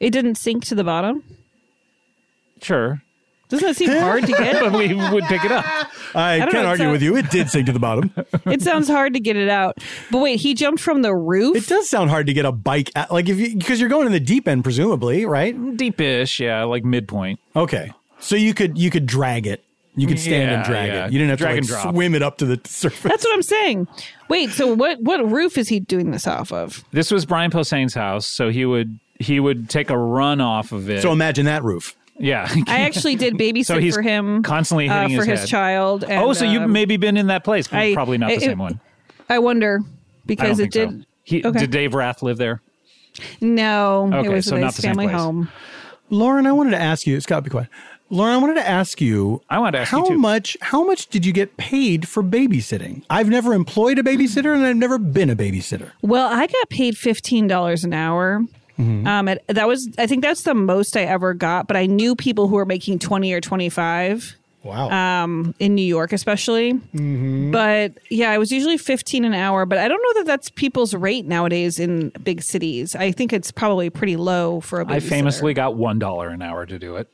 it didn't sink to the bottom.
sure
Doesn't that seem hard to get?
but we would pick it up
I,
don't
can't
know,
argue
it's a-
with you. It did sink to the bottom.
It sounds hard to get it out. But wait, he jumped from the roof.
it does sound hard to get a bike at, like if you because you're going in the deep end presumably, right?
deepish yeah like midpoint
Okay. So you could you could drag it. You could stand and
Yeah,
drag
yeah.
it. You didn't have
Drag and
to like,
drop.
swim it up to the surface.
That's what I'm saying. Wait, so what? What roof is he doing this off of?
This was Brian Posehn's house, so he would he would take a run off of it.
So imagine that roof.
yeah.
I actually did babysit
So he's
for him
constantly
uh,
hitting
for his,
his head.
child. And,
oh, so you've
um,
maybe been in that place, but
I-
probably not the
it-
same
it-
one.
I wonder
I
because
don't
it
think
did.
so. He,
okay.
Did Dave Rath live there?
No,
Okay,
it was
so
his
not the same
family
place.
home.
Lauren, I wanted to ask you, Scott, be quiet. Lauren, I wanted to ask you
I wanted to ask you
how
too.
much how much did you get paid for babysitting? I've never employed a babysitter and I've never been a babysitter.
Well, I got paid fifteen dollars an hour.
Mm-hmm.
Um, it, that was I think that's the most I ever got. But I knew people who were making twenty or twenty five.
Wow. Mm-hmm.
Um, in New York, especially. But yeah, I was usually fifteen an hour. But I don't know that that's people's rate nowadays in big cities. I think it's probably pretty low for a babysitter.
I famously got one dollar an hour to do it.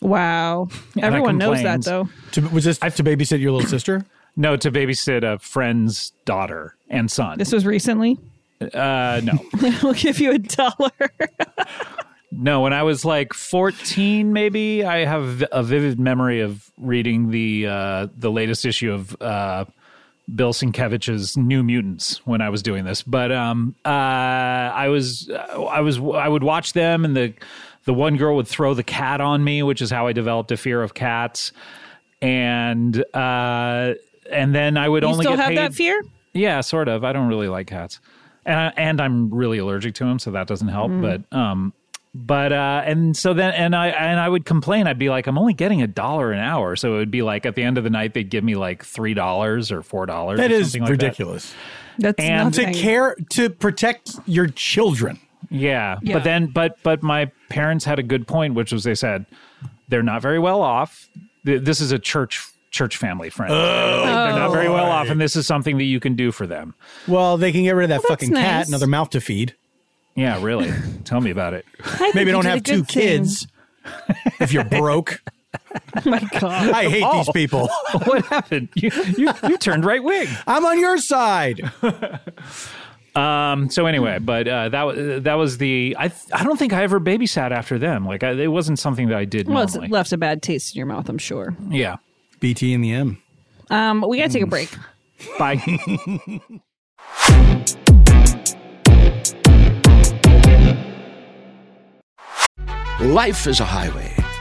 wow.
I
Everyone knows that
complained.
though.
to, was this to babysit your little sister?
No, to babysit a friend's daughter and son.
This was recently.
Uh, no,
we'll give you a dollar.
No, when I was like 14, maybe I have a vivid memory of reading the uh, the latest issue of uh, Bill Sienkiewicz's New Mutants when I was doing this. But um, uh, I was uh, I was I would watch them, and the the one girl would throw the cat on me, which is how I developed a fear of cats. And uh, and then I would
You
only
still
get
have
paid-
that fear?
yeah, sort of. I don't really like cats, and I, and I'm really allergic to them, so that doesn't help.
Mm.
But um, but uh, and so then and I and I would complain. I'd be like, I'm only getting a dollar an hour, so it would be like at the end of the night they'd give me like three dollars or four dollars.
That
or
is
something like that.
ridiculous.
That's
And
To care to protect your children.
Yeah.
Yeah.
But then, but, but my parents had a good point, which was they said they're not very well off. Th- This is a church, church family friend. they're not very well off. And this is something that you can do for them.
Well, they can get rid of that
Well, that's
fucking cat,
nice.
another mouth to feed.
Yeah, really. Tell me about it.
Maybe don't have two kids if you're broke.
Oh My God.
I hate
Oh.
these people.
what happened? You, you, you turned right wing.
I'm on your side.
Um, So anyway, but uh, that was that was the I th- I don't think I ever babysat after them. Like I, it wasn't something that I did
Well, it's
normally.
left a bad taste in your mouth, I'm sure.
yeah.
BT and the M.
Um, we gotta take a break.
Bye.
Life is a highway,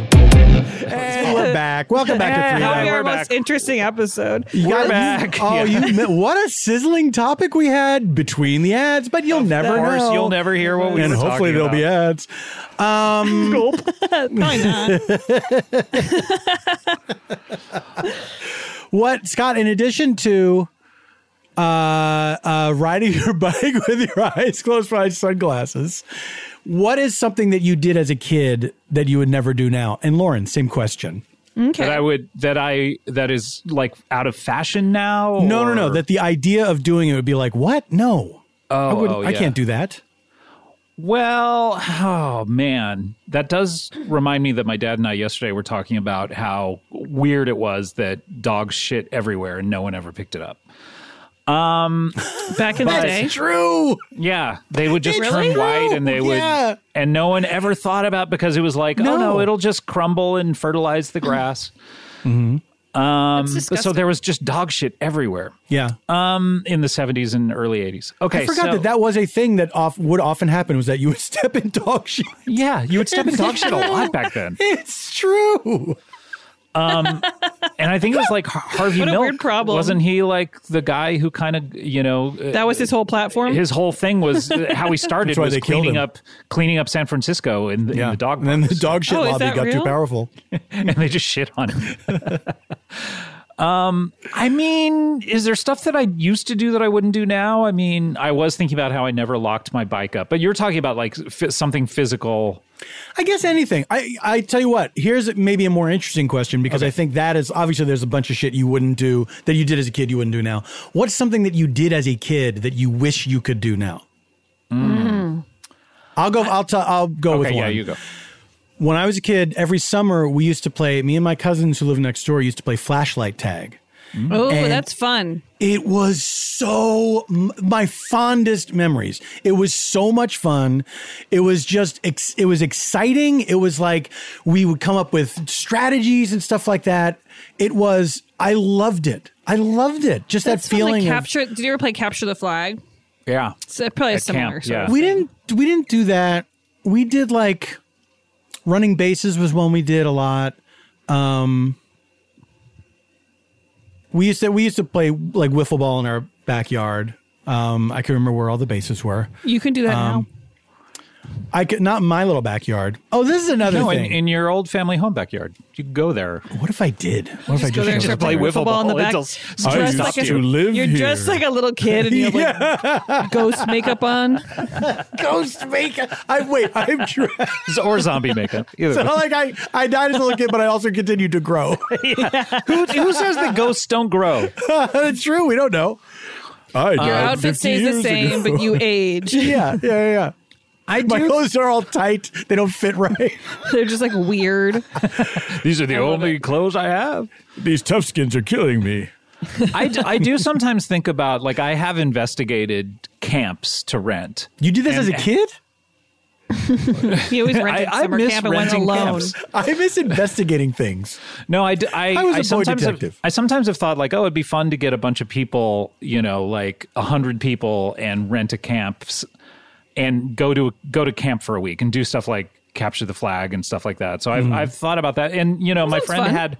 And we're back. Welcome back to Free
That'll be
Hour.
our
we're
most interesting episode.
You got- you-
back.
oh,
Yeah.
you mi- what a sizzling topic we had between the ads, but you'll never
Of course,
know.
you'll never hear what we
and
were
hopefully there'll
talking
be ads. Um,
Probably not.
what Scott? In addition to uh, uh, riding your bike with your eyes closed, for sunglasses, what is something that you did as a kid that you would never do now? And Lauren, same question.
that I would that I that is like out of fashion now.
No, no, no.
or-
That the idea of doing it would be like, what? No, I,
oh,
wouldn't-
oh,
I
yeah.
can't do that.
Well, oh man, that does remind me that my dad and I yesterday were talking about how weird it was that dogs shit everywhere and no one ever picked it up. Um,
Back in the day.
It's true.
Yeah, they would just
Really?
turn white and they would
Yeah.
and no one ever thought about because it was like, oh no,
No.
it'll just crumble and fertilize the grass. Um,
That's
So
disgusting.
there was just dog shit everywhere
Yeah,
in the 70s and early 80s. Okay,
I Um, forgot
so-
that that was a thing that off would often happen was that you would step in dog shit.
Yeah, you would step in dog shit a lot back then.
It's true.
And I think it was like Har- Harvey
What a
Milk.
weird problem.
Wasn't he like the guy who kind of, you know, uh,
that was his whole platform.
his whole thing was uh, how he started
That's why
was
they killed
cleaning
him.
up cleaning up San Francisco in the, in the dog
and then the
parks.
dog shit
Oh, is
lobby
that
got too
real?
powerful.
and they just shit on him. um, I mean, is there stuff that I used to do that I wouldn't do now? I mean, I was thinking about how I never locked my bike up, but you're talking about like f- something physical.
I guess anything. I I tell you what. Here's maybe a more interesting question because I think that is obviously there's a bunch of shit you wouldn't do that you did as a kid you wouldn't do now. What's something that you did as a kid that you wish you could do now? Hmm. I'll go. I'll tell. I'll go with
okay,
one.
yeah, you go.
when I was a kid, every summer we used to play. Me and my cousins who live next door used to play flashlight tag.
oh,
and-
that's fun.
It was so m- my fondest memories. It was so much fun. It was just ex- it was exciting. It was like we would come up with strategies and stuff like that. It was I loved it. I loved it. Just
That's
that
fun,
feeling
like
of-
capture. did you ever play capture the flag?
Yeah.
It's uh, probably
At
similar. sort
camp,
of
yeah.
We
thing.
didn't we didn't do that. We did like running bases was one we did a lot. Um we used to we used to play like wiffle ball in our backyard. Um I can remember where all the bases were.
You can do
Um,
that
I could not in my little backyard. Oh, this is another
No, in,
thing.
in your old family home backyard. You could go there.
what if I did? What if I
now. Go there and
just
start
play
playing
wiffle
wiffle ball in the
ball.
back.
It'll
You're
I
dressed
used
like
to
a,
live
you're dressed like a little kid and you have like ghost makeup on.
ghost makeup? I wait, I'm dressed.
Or zombie makeup. Either
So
way.
like I, I died as a little kid, but I also continued to grow.
who, who says the ghosts don't grow?
That's true. We don't know. I
Your
Uh,
outfit stays the same, but you age.
Yeah, yeah, yeah, yeah. I My
do-
clothes are all tight. They don't fit right.
They're just like weird.
These are the only clothes I have.
These tough skins are killing me.
I, d- I do sometimes think about, like, I have investigated camps to rent.
You did this
And-
as a kid?
He always rented
I, I
summer
miss
camp and went
renting
alone.
camps.
I miss investigating things.
No, I, d- I,
I was a boy
sometimes
detective.
Have, I sometimes have thought like, oh, it'd be fun to get a bunch of people, you know, like a hundred people, and rent a camp, s- and go to go to camp for a week and do stuff like capture the flag and stuff like that. So
Mm-hmm.
I've I've thought about that, and you know, my
sounds
friend
fun.
had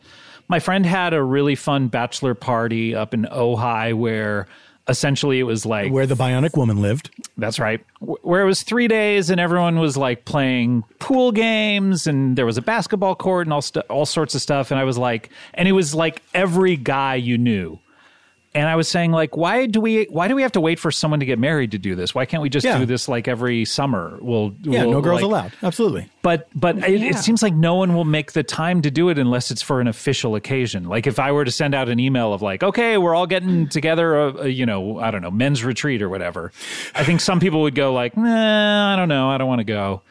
my friend had a really fun bachelor party up in Ojai where essentially it was like
Where the bionic woman lived.
that's right. Wh- Where it was three days and everyone was like playing pool games and there was a basketball court and all stu- all sorts of stuff. And I was like, and it was like every guy you knew. And I was saying like, why do we why do we have to wait for someone to get married to do this? Why can't we just
Yeah.
do this like every summer? We'll
Yeah,
we'll,
no girls
like-
allowed. Absolutely.
But but it, it seems like no one will make the time to do it unless it's for an official occasion. Like if I were to send out an email of like, okay, we're all getting together, a, a, you know, I don't know, men's retreat or whatever. I think some people would go like, nah, I don't know, I don't want to go.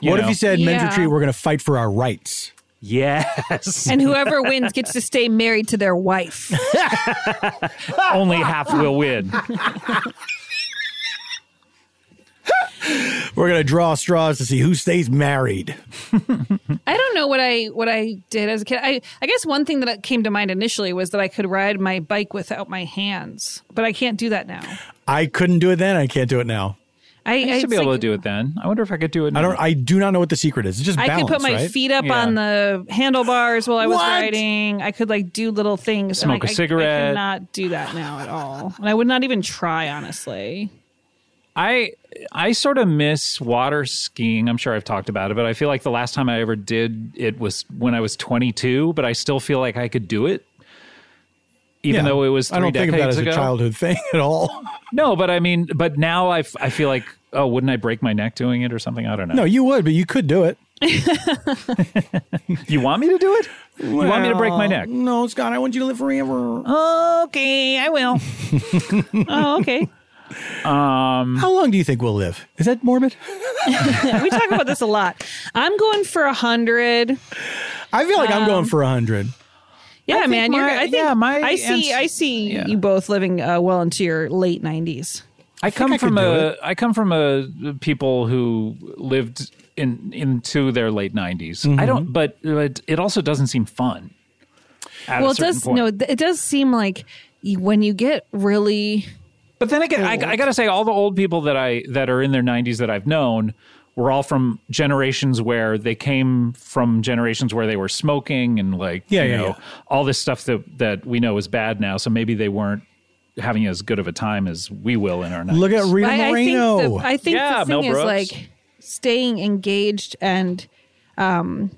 You
what if
know?
you said men's
Yeah.
retreat? We're going to fight for our rights.
yes?
And whoever wins gets to stay married to their wife.
Only half will win.
We're going to draw straws to see who stays married.
I don't know what I what I did as a kid. I I guess one thing that came to mind initially was that I could ride my bike without my hands, but I can't do that now.
I couldn't do it then. I can't do it now.
I,
I used to be able to do it then. I wonder if I could do it. Now.
I don't. I do not know what the secret is. It's just
I
balance,
could put my
right?
feet up
Yeah.
on the handlebars while I was
What?
riding. I could like do little things. and,
Smoke
like,
a
I- I,
cigarette.
could not do that now at all, and I would not even try, honestly.
I I sort of miss water skiing. I'm sure I've talked about it, but I feel like the last time I ever did it was when I was 22. But I still feel like I could do it, even
Yeah.
though it was three
I don't think
decades
of that as
ago.
a childhood thing at all.
No, but I mean, but now I f- I feel like oh, wouldn't I break my neck doing it or something? I don't know.
No, you would, but you could do it.
you want me to do it? you want me to break my
Well,
neck?
No, Scott. I want you to live forever.
Okay, I will.
Oh, okay.
How long do you think we'll live? Is that morbid?
we talk about this a lot. I'm going for a hundred.
I feel like I'm
Um,
going for a hundred.
Yeah,
think
man. you're,
my-
I think
yeah, my
I see.
ans-
I see
yeah.
you both living uh, well into your late nineties.
I come
I could
from
do
a I come from a people who lived in into their late 90s.
Mm-hmm.
I don't, but, but it also doesn't seem fun. at a
Well, it
certain
does.
point.
No, th- it does seem like you, when you get really
But then again, I, I gotta say, all the old people that I that are in their 90s that I've known were all from generations where they came from generations where they were smoking and like
Yeah,
you
yeah,
know
yeah.
all this stuff that that we know is bad now. So maybe they weren't having as good of a time as we will in our 90s.
Look at Rita
I, I think
Moreno.
the, I think
Yeah,
the thing
Mel
is
Brooks.
like staying engaged and um,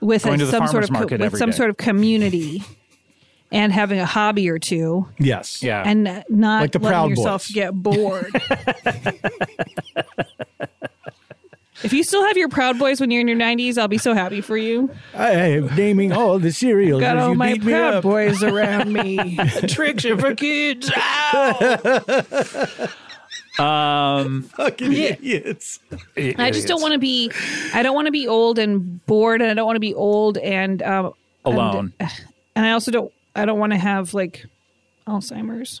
with
Going
a,
to the
some
farmer's
sort of co-
market
with
every
some
day.
sort of community and having a hobby or two
yes.
yeah,
and uh, not
Like the
letting
Proud
yourself
Boys.
get bored. if you still have your Proud Boys when you're in your 90s, I'll be so happy for you.
I am naming all the cereals.
Got
if
all
you
my
beat me
Proud
up.
Boys around me.
tricks are for kids.
Fucking idiots.
I just don't want to be. I don't want to be old and bored, and I don't want to be old and um, and-
Alone.
And, I also don't. I don't want to have like Alzheimer's.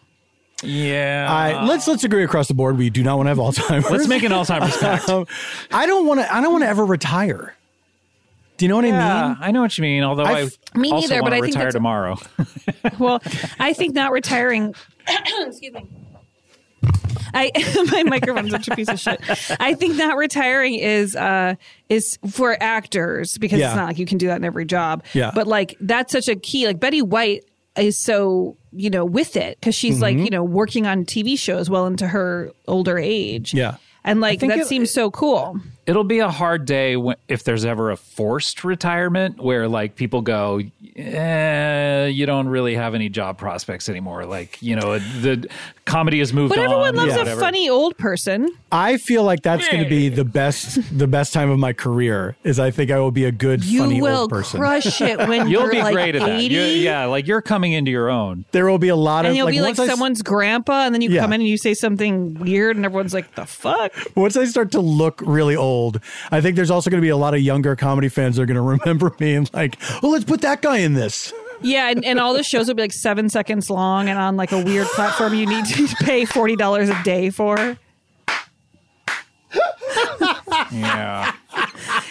Yeah.
I, let's let's agree across the board. We do not want to have Alzheimer's.
Let's make an Alzheimer's pact.
Um, I don't want to. I don't want to ever retire. Do you know what I
Yeah,
mean?
I know what you mean. Although I,
I've-
Me
also
neither, but
wanna
I think
retire
that's-
tomorrow.
Well, I think not retiring. excuse me. I my microphone's such a piece of shit. I think not retiring is uh is for actors because
Yeah.
it's not like you can do that in every job.
Yeah.
But like that's such a key. Like Betty White is so you know with it because she's like
Mm-hmm.
you know working on TV shows well into her older age.
Yeah.
And like
think
that
it-
seems so cool.
It'll be a hard day when, if there's ever a forced retirement where like people go, eh, you don't really have any job prospects anymore. Like you know, the comedy has moved
But
on.
everyone loves a
whatever.
funny old person.
I feel like that's going to be the best the best time of my career is I think I will be a good
You
funny
will
old person.
crush it when
You'll
you're
be
like
great at that.
80.
You- yeah, like you're coming into your own.
There will be a lot
And
of
you'll
like,
be like
once I s-
someone's grandpa, and then you
Yeah.
come in and you say something weird, and everyone's like, "The fuck."
once I start to look really old, I think there's also going to be a lot of younger comedy fans that are going to remember me and like, "Oh, let's put that guy in this."
Yeah, and, and all the shows will be like seven seconds long and on like a weird platform you need to pay forty dollars a day for,
Yeah.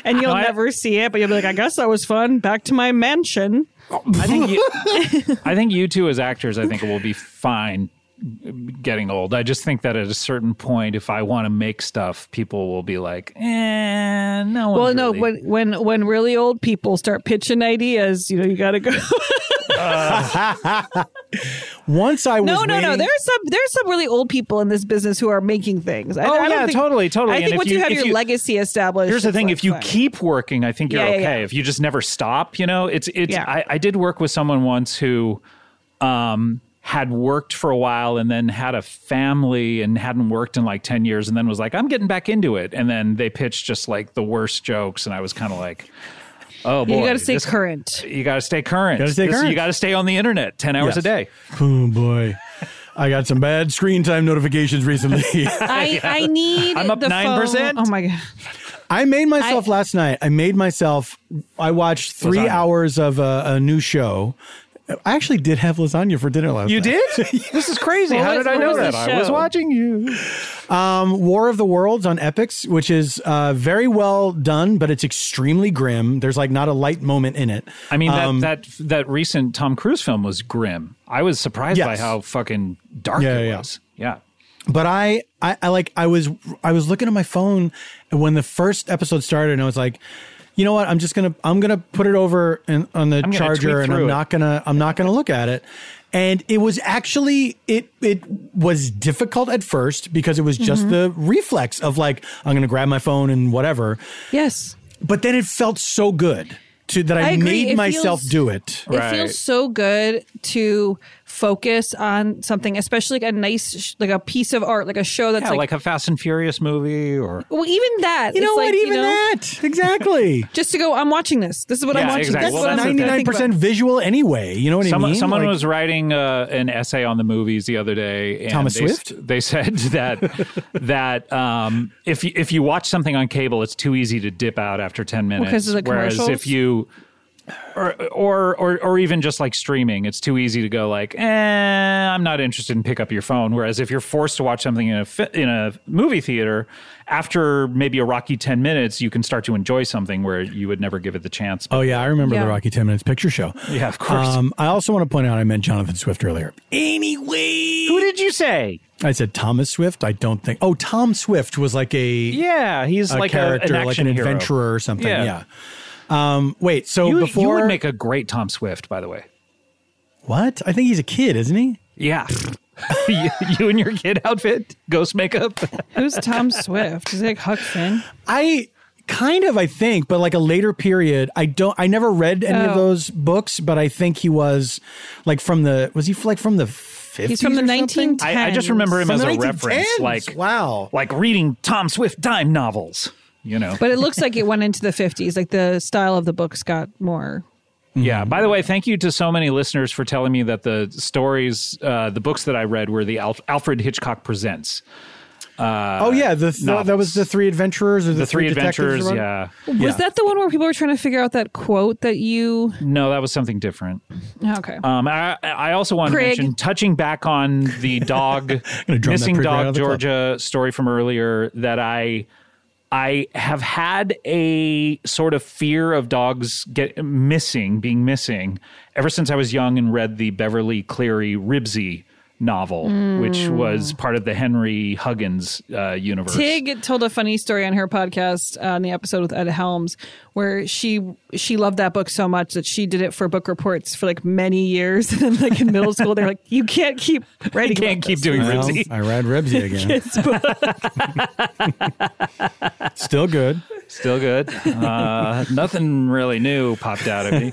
and you'll
No, I-
never see it. But you'll be like, I guess that was fun. Back to my mansion.
I think you, I think you two as actors, I think will be fine getting old. I just think that at a certain point, if I want to make stuff, people will be like, eh, no. one's
Well, no,
really-
when when when really old people start pitching ideas, you know, you got to go.
Once I was
no, no, no.
waiting-
There's some there's some really old people in this business who are making things. I,
Oh,
I don't
yeah,
think-
totally,
I
totally. And
think
if
once you,
you-
have
if
your
you-
legacy established,
Here's the
it's
thing:
like,
if you
fine.
keep working, I think you're
Yeah, yeah,
okay.
yeah.
If you just never stop, you know, it's it's.
Yeah.
I, I did work with someone once who, um, had worked for a while and then had a family and hadn't worked in like ten years, and then was like, I'm getting back into it, and then they pitched just like the worst jokes, and I was kind of like. Oh boy!
you got to stay
this-
current.
You got to stay current.
Gotta stay current.
You got to stay on the internet 10 hours a
Yes.
day.
Oh boy. I got some bad screen time notifications recently.
I I need.
I'm up
the
9%.
phone- Oh my god.
I made myself last night. I made myself. I watched three
Lasagna.
hours of a, a new show. I actually did have lasagna for dinner last
You
night.
did? This is crazy.
What
How
was-
did I
what
know
was the
that? I was
show?
watching you.
War of the Worlds on Epics, which is uh, very well done, but it's extremely grim. There's like not a light moment in it.
I mean,
Um,
that, that that recent Tom Cruise film was grim. I was surprised by
Yes.
how fucking dark
Yeah,
it
yeah.
was. Yeah.
but I, I, I like, I was, I was looking at my phone when the first episode started, and I was like, you know what? I'm just gonna, I'm gonna put it over and on the
gonna
charger,
tweet
and I'm
through it.
not gonna, I'm not gonna look at it. And it was actually, it, it was difficult at first because it was
Mm-hmm.
just the reflex of like, I'm gonna grab my phone and whatever.
Yes.
But then it felt so good to that I,
I agree.
made
It
myself
feels-
do it.
It feels so good to focus on something, especially like a nice, sh- like a piece of art, like a show that's
Yeah,
like,
like, a Fast and Furious movie or.
well, even that.
You
it's
know
like,
what? Even
you know,
that. Exactly.
Just to go, I'm watching this. This is what
Yeah,
I'm watching.
exactly.
This
Well,
is what
that's
I'm
the
gonna
thing.
think
Ninety-nine percent
about.
visual, anyway. You know what
Someone,
I mean?
someone
Like,
was writing uh, an essay on the movies the other day. And
Thomas
they,
Swift?
They said that that um, if you, if you watch something on cable, it's too easy to dip out after ten minutes.
because of the
Whereas
commercials?
if you or, or or or even just like streaming, it's too easy to go like, eh, I'm not interested and pick up your phone. Whereas if you're forced to watch something in a fi- in a movie theater, after maybe a rocky ten minutes, you can start to enjoy something where you would never give it the chance.
Oh yeah, I remember
Yeah.
the Rocky Ten Minutes Picture Show.
Yeah, of course.
Um, I also want to point out I meant Jonathan Swift earlier. Anyway,
Who did you say?
I said Thomas Swift. I don't think. Oh, Tom Swift was like a
Yeah, he's
a
like
character,
a, an
like
action
an
hero.
adventurer or something. Yeah.
Yeah.
Um, wait. So
You,
before
you would make a great Tom Swift, by the way.
what? I think he's a kid, isn't he?
Yeah, you, you and your kid outfit, ghost makeup.
Who's Tom Swift? Is he like Huck Finn?
I kind of I think, but like a later period. I don't. I never read any of
Oh.
those books, but I think he was like from the. Was he like from the fifties?
He's from the
nineteen.
1910s.
I, I just remember him
From
as
the
a reference,
1910s.
like
Wow.
like reading Tom Swift dime novels. You know,
But it looks like it went into the 50s. Like the style of the books got more.
yeah. By the way, thank you to so many listeners for telling me that the stories, uh, the books that I read were the Alf- Alfred Hitchcock Presents,
oh yeah, the, th- that was the three adventurers or the,
The Three
detectives or
Adventures.
whatever?
Yeah,
Was that the one where people were trying to figure out that quote that you?
no, that was something different.
Okay.
Um, I, I also want
Prig.
to mention touching back on the dog
Gonna drum that
missing
prig right out of
dog
the club.
Georgia story from earlier that I I have had a sort of fear of dogs get missing being missing ever since I was young and read the Beverly Cleary Ribsy novel,
Mm.
which was part of the Henry Huggins uh, universe.
Tig told a funny story on her podcast uh, on the episode with Ed Helms, where she she loved that book so much that she did it for book reports for like many years. And then, like in middle school, they're like, "You can't keep
you
writing.
can't
about
keep
this."
doing
Well,
Ribsy.
I read Ribsy again.
It's book-
Still good.
Still good. Uh, nothing really new popped out of me.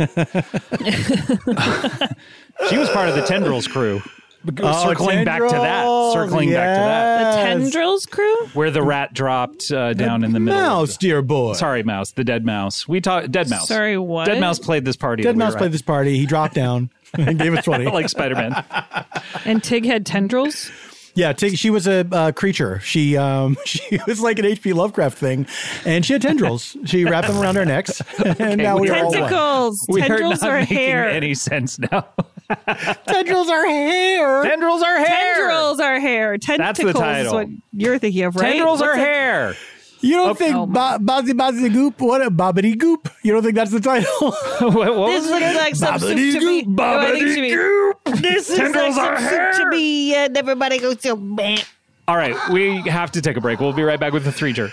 she was part of the Tendrils crew.
Oh,
Uh, circling back to that. Circling back to that.
the Tendrils crew.
Where the rat dropped uh, down in the middle. of
Mouse, dear boy.
the- sorry, mouse. The dead mouse. We talked. Dead mouse.
Sorry, what?
Dead mouse played this party.
Dead
that we
Mouse
were
played
at.
this party. He dropped down and gave us 20.
like Spider Man.
And Tig had tendrils.
yeah, Tig, she was a uh, creature. She um, she was like an H.P. Lovecraft thing, and she had tendrils. she wrapped them around our necks, and now we
we-
are all one.
Tentacles.
We
tendrils
are not
are
making
hair.
any sense now.
Tendrils are hair.
Tendrils are hair.
Tendrils are hair. Tentacles
title.
is what you're thinking of, right?
Tendrils
What's
are
that-
hair.
You don't think
oh
ba- Bazzy Bazzy Goop? What a Bobbity Goop. You don't think that's the title?
what, what
This
was
looks like some soup to me. No, I think to me. This is
Tendrils
like
are
some
hair.
soup to me, and everybody goes to meh.
All right, we have to take a break. We'll be right back with the three jer.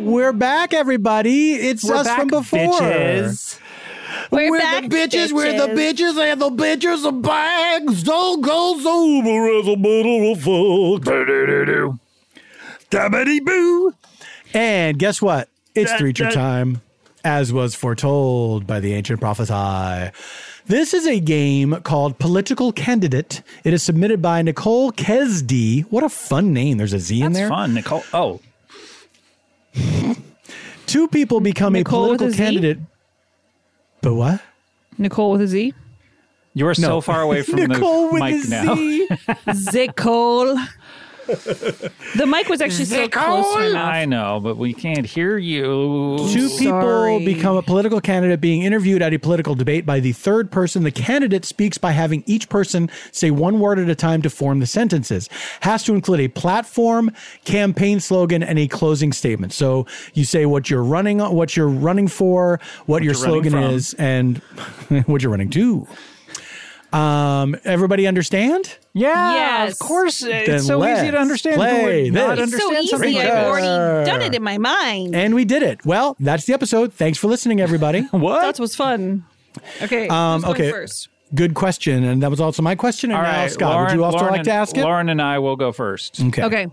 We're back, everybody. It's us from before. We're,
back,
the bitches, We're the bitches. And the bitches are back. So goes over as a motherfucker. Dabity boo. And guess what? It's three true time, as was foretold by the ancient prophesy. This is a game called Political Candidate. It is submitted by Nicole Kesdi. What a fun name. There's a Z in
That's
there.
fun, Nicole. Oh,
Two people become
Nicole
a
with
political
a Z?
candidate. But what?
Nicole with a Z.
you are so far away from
Nicole
the
with
mic
a
now.
Z.
Zicole. the mic was actually so close to her mouth.
I know, but we can't hear you.
Two people
Oh, Sorry.
become a political candidate being interviewed at a political debate by the third person. The candidate speaks by having each person say one word at a time to form the sentences. Has to include a platform, campaign slogan, and a closing statement. So you say what you're running, what you're running for, what, your
you're running
slogan
from.
is, and what you're running to. Um, everybody understand?
Yeah,
Yes.
of course.
Then
It's so easy
let's
to understand. Who
play
would not
this.
It's so
understand something
easy.
like
I've
that?
already done it in my mind.
And we did it. Well, that's the episode. Thanks for listening, everybody.
that was fun. Okay. Um,
okay.
First.
Good question. And that was also my question. And
All
now,
right,
Scott, would you also
Lauren
like to
and-
ask it?
Lauren and I will go first.
Okay.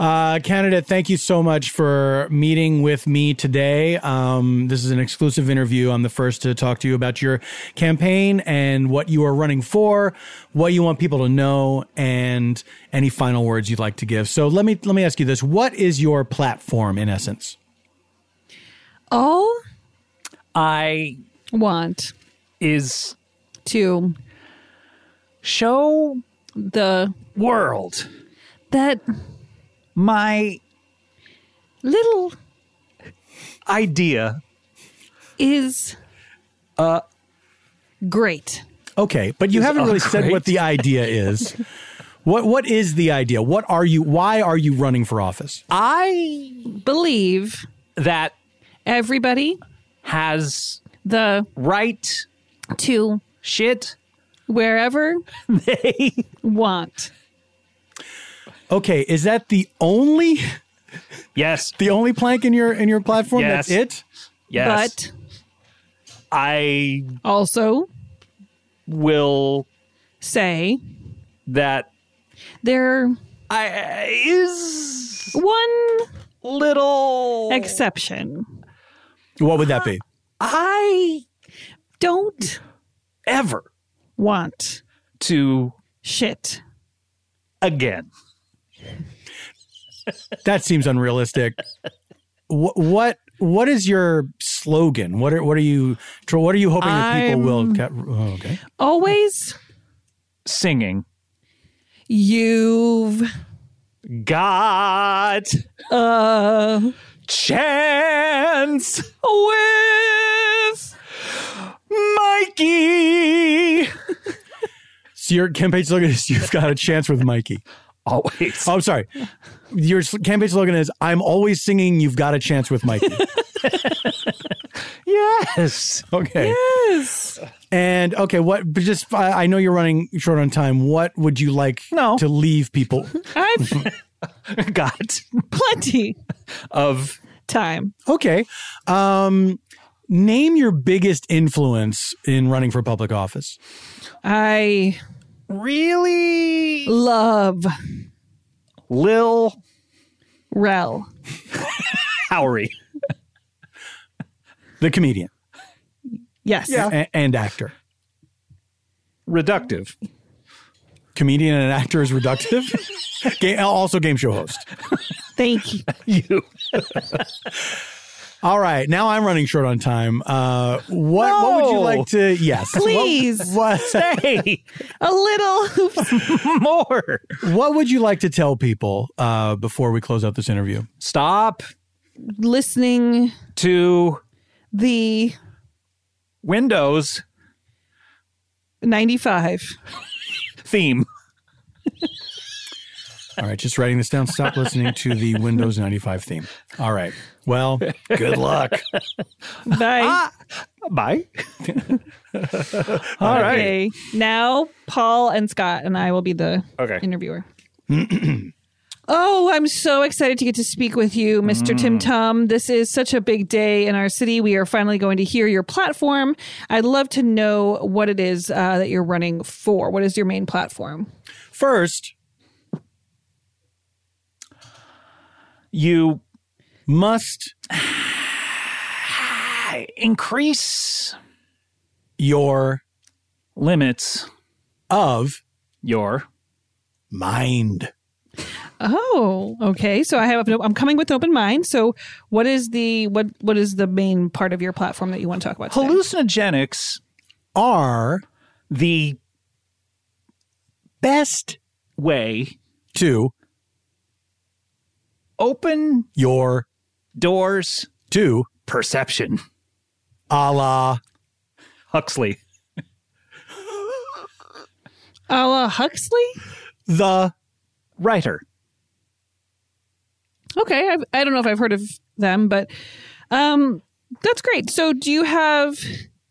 Uh, candidate, thank you so much for meeting with me today. Um, this is an exclusive interview. I'm the first to talk to you about your campaign and what you are running for, what you want people to know, and any final words you'd like to give. So let me let me ask you this: What is your platform in essence?
All
I
want
is
to
show
the
world
that
my
little
idea
is uh great.
Okay, but you haven't really said what the idea is. what what is the idea? What are you? Why are you running for office?
I
Believe
that
everybody
has
the
right
to
shit
wherever
they
want.
Okay, is that the only
yes
the only plank in your in your platform?
Yes.
That's it.
yes
But
but i
also
will
say
that
there
I is
One
little
exception.
What would that be?
I
Don't
ever
want
to
shit.
again.
That seems unrealistic. what, what what is your slogan? What are what are you what are you hoping that people will get? Oh, okay.
Always
Singing
you've
got
uh
chance with Mikey.
So your campaign slogan is "You've got a chance with Mikey."
Always.
Oh, I'm sorry. Your s- campaign slogan is "I'm always singing. You've got a chance with Mikey."
Yes.
Okay. And okay, what? But just I, I know you're running short on time. What would you like
No.
to leave people?
I've
Got
plenty
of
time.
Okay. Um, name your biggest influence in running for public office.
I
really
love
Lil
Rel.
Howery.
The comedian
Yes.
a- and actor.
Reductive.
Comedian and actor is reductive. Ga- also, game show host.
Thank you.
You.
All right, now I'm running short on time. Uh, what what would you
No.
like to? Yes, What-
Please.
What,
Hey,
A little
more.
what would you like to tell people uh, before we close out this interview?
Stop
listening
to
the
Windows
95.
theme.
All right, just writing this down. Stop listening to the Windows 95 theme. All right. Well, good luck.
Bye.
Ah, Bye. All right.
Okay. Now Paul and Scott and I will be the
Okay.
interviewer. oh, I'm so excited to get to speak with you, Mr. Tim Tum. This is such a big day in our city. We are finally going to hear your platform. I'd love to know what it is uh, that you're running for. What is your main platform?
First,
You
must
increase
your
limits
of
your
mind.
Oh, okay. So I have I'm coming with an open mind. So what is the what what is the main part of your platform that you want to talk about? today?
hallucinogenics,
Are
the
best
way
to
open
your
doors
to
perception.
a la
Huxley.
A la Huxley?
the
Writer.
Okay, I've, I don't know if I've heard of them, but um, that's great. So, do you have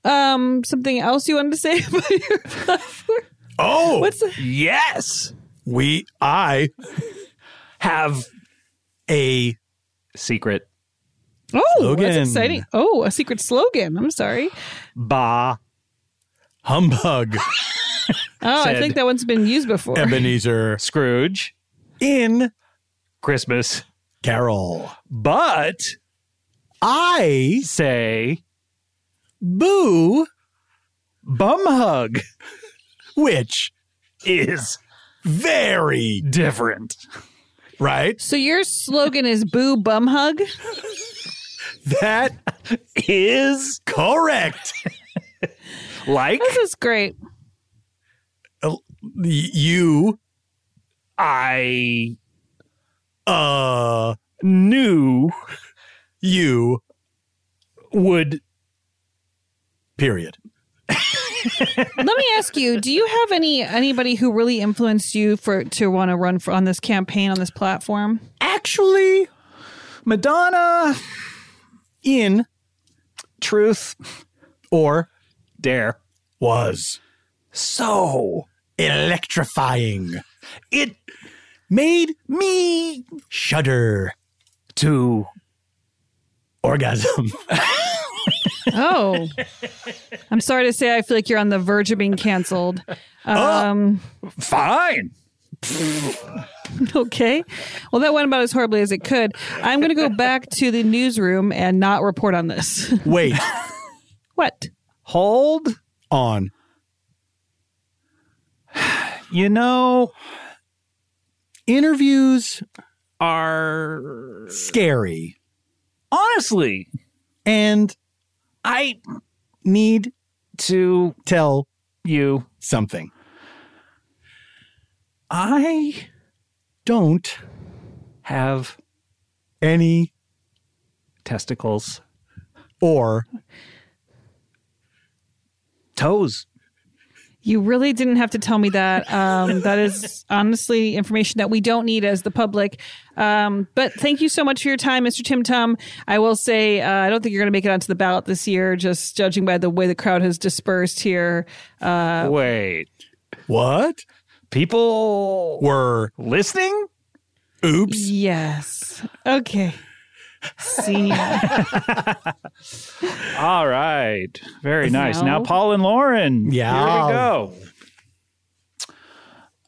um something else you wanted to say about your platform?
oh
What's the,
Yes.
we I
Have
a
secret
oh
Slogan.
that's exciting! Oh, a secret slogan. I'm sorry.
ba
humbug
Oh, I
Said-
think that one's been used before.
Ebenezer
Scrooge
in
Christmas.
Carol.
But
I
say
boo
bum hug
which
is
very
different.
right
So your slogan is "Boo Bum Hug."
that
Is
correct
like
This is great.
you
I
uh
knew
you
would
period
Let me ask you: Do you have any anybody who really influenced you for to want to run for on this campaign on this platform?
actually
Madonna
in
truth
or
dare
was
so
electrifying
it
made
me
shudder
to
orgasm
Oh, I'm sorry to say, I feel like you're on the verge of being canceled. Um,
fine
okay. Well, that went about as horribly as it could. I'm going to go back to the newsroom and not report on this.
Wait
what?
Hold
on.
You know,
Interviews
are
scary
honestly,
and
I
need
to
tell
you,
something.
I
Don't
have
any
testicles,
or
toes.
You really didn't have to tell me that. Um, that is honestly information that we don't need as the public. Um, but thank you so much for your time, Mr. Tim Tom. I will say, uh, I don't think you're going to make it onto the ballot this year, just judging by the way the crowd has dispersed here. Uh,
Wait,
what
people
were
listening?
oops.
yes. Okay. See. ya.
All right. Very nice. Now,
No.
Paul and Lauren. Here
Yeah.
we go.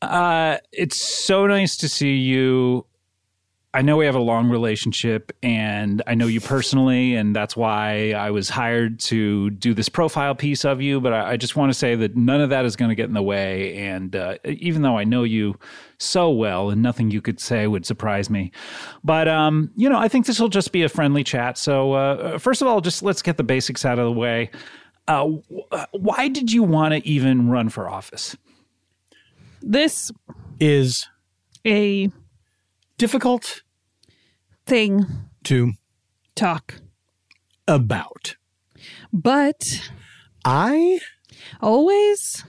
Uh, it's so nice to see you. I know we have a long relationship and I know you personally, and that's why I was hired to do this profile piece of you. But I, I just want to say that none of that is going to get in the way. And uh, even though I know you so well and nothing you could say would surprise me, but, um, you know, I think this will just be a friendly chat. So, uh, first of all, just let's get the basics out of the way. Uh, wh- uh, why did you want to even run for office?
this
Is
a
difficult
thing
to
talk,
about.
but
I
always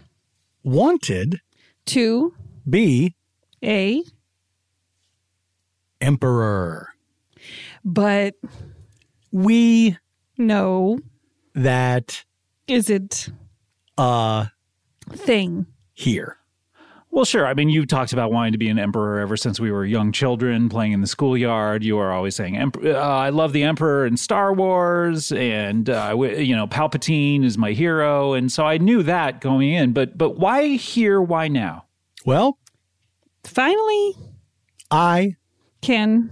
wanted
to
be
a
emperor.
but
We
no
that
isn't
uh
thing.
here.
Well, sure. I mean, you've talked about wanting to be an emperor ever since we were young children playing in the schoolyard. You are always saying, "Emp- uh, I love the emperor in Star Wars, and, uh, w- you know, Palpatine is my hero. And so I knew that going in. But, but why here? Why now?
Well,
Finally,
I
can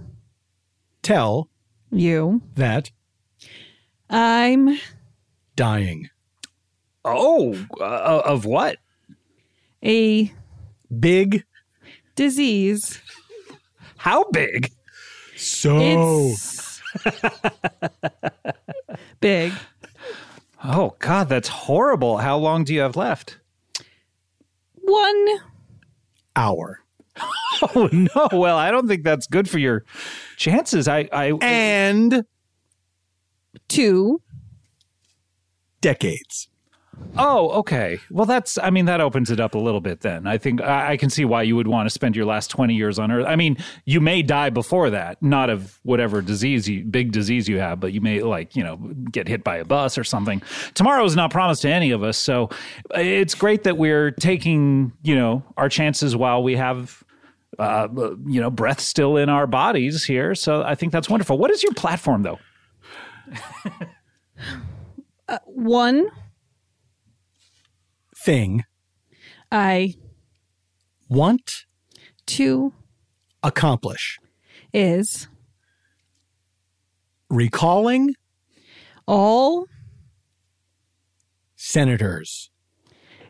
tell
you?
that
I'm
dying.
Oh, uh, of what?
a
Big
disease.
How big?
so
It's big.
Oh, God, that's horrible. How long do you have left?
One.
hour.
Oh, no. Well, I don't think that's good for your chances. I, I,
And
Two.
decades.
Oh, okay. Well, that's, I mean, that opens it up a little bit then. I think I, I can see why you would want to spend your last 20 years on Earth. I mean, you may die before that, not of whatever disease, you, big disease you have, but you may, like, you know, get hit by a bus or something. Tomorrow is not promised to any of us. So it's great that we're taking, you know, our chances while we have. Uh, you know, breath still in our bodies here. So I think that's wonderful. What is your platform, though?
uh, One.
Thing
I.
want
Two.
accomplish.
Is
Recalling
all
senators,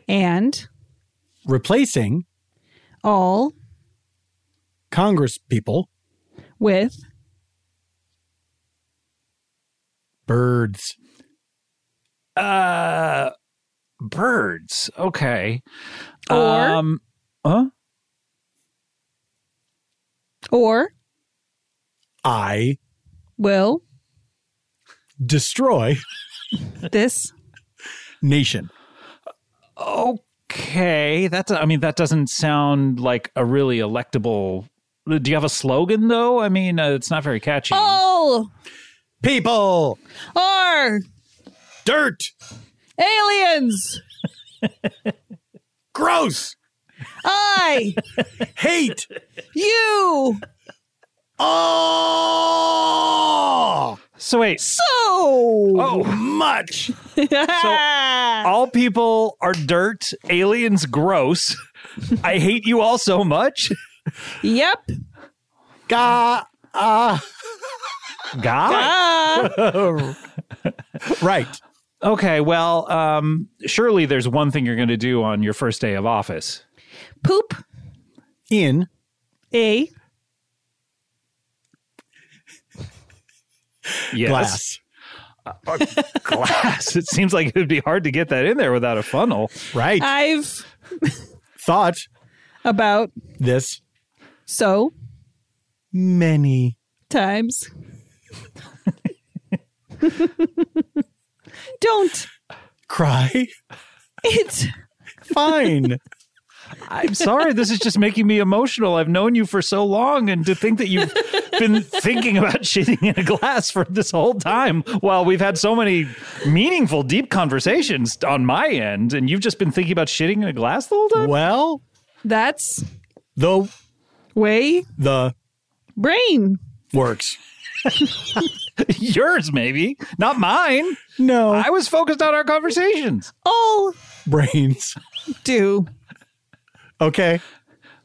and
replacing
all
Congress people,
with
birds,
Uh, birds. Okay.
Or-
um, huh?
or
I
will
destroy
this
nation.
Okay, that's. I mean, that doesn't sound like a really electable. Do you have a slogan though? I mean, uh, it's not very catchy.
Oh, all
People,
or
dirt,
aliens.
gross,
I.
hate,
You.
oh,
So wait,
So.
oh,
much.
all people are dirt, aliens gross, I hate you all so much.
Yep.
Gah. Ah.
God.
Ah.
Right.
Okay, well, um, surely there's one thing you're going to do on your first day of office.
Poop.
In.
A.
Yes.
Glass.
Glass. It seems like it would be hard to get that in there without a funnel.
Right.
Uh, I've
Thought
about
this
so
many.
times. Don't.
Cry.
It.
Fine.
I'm sorry, this is just making me emotional. I've known you for so long, and to think that you've been thinking about shitting in a glass for this whole time while we've had so many meaningful, deep conversations on my end, and you've just been thinking about shitting in a glass the whole time?
well,
That's
though
way
the
brain.
works.
Yours, maybe, not mine.
No.
I was focused on our conversations.
All
brains.
do.
Okay.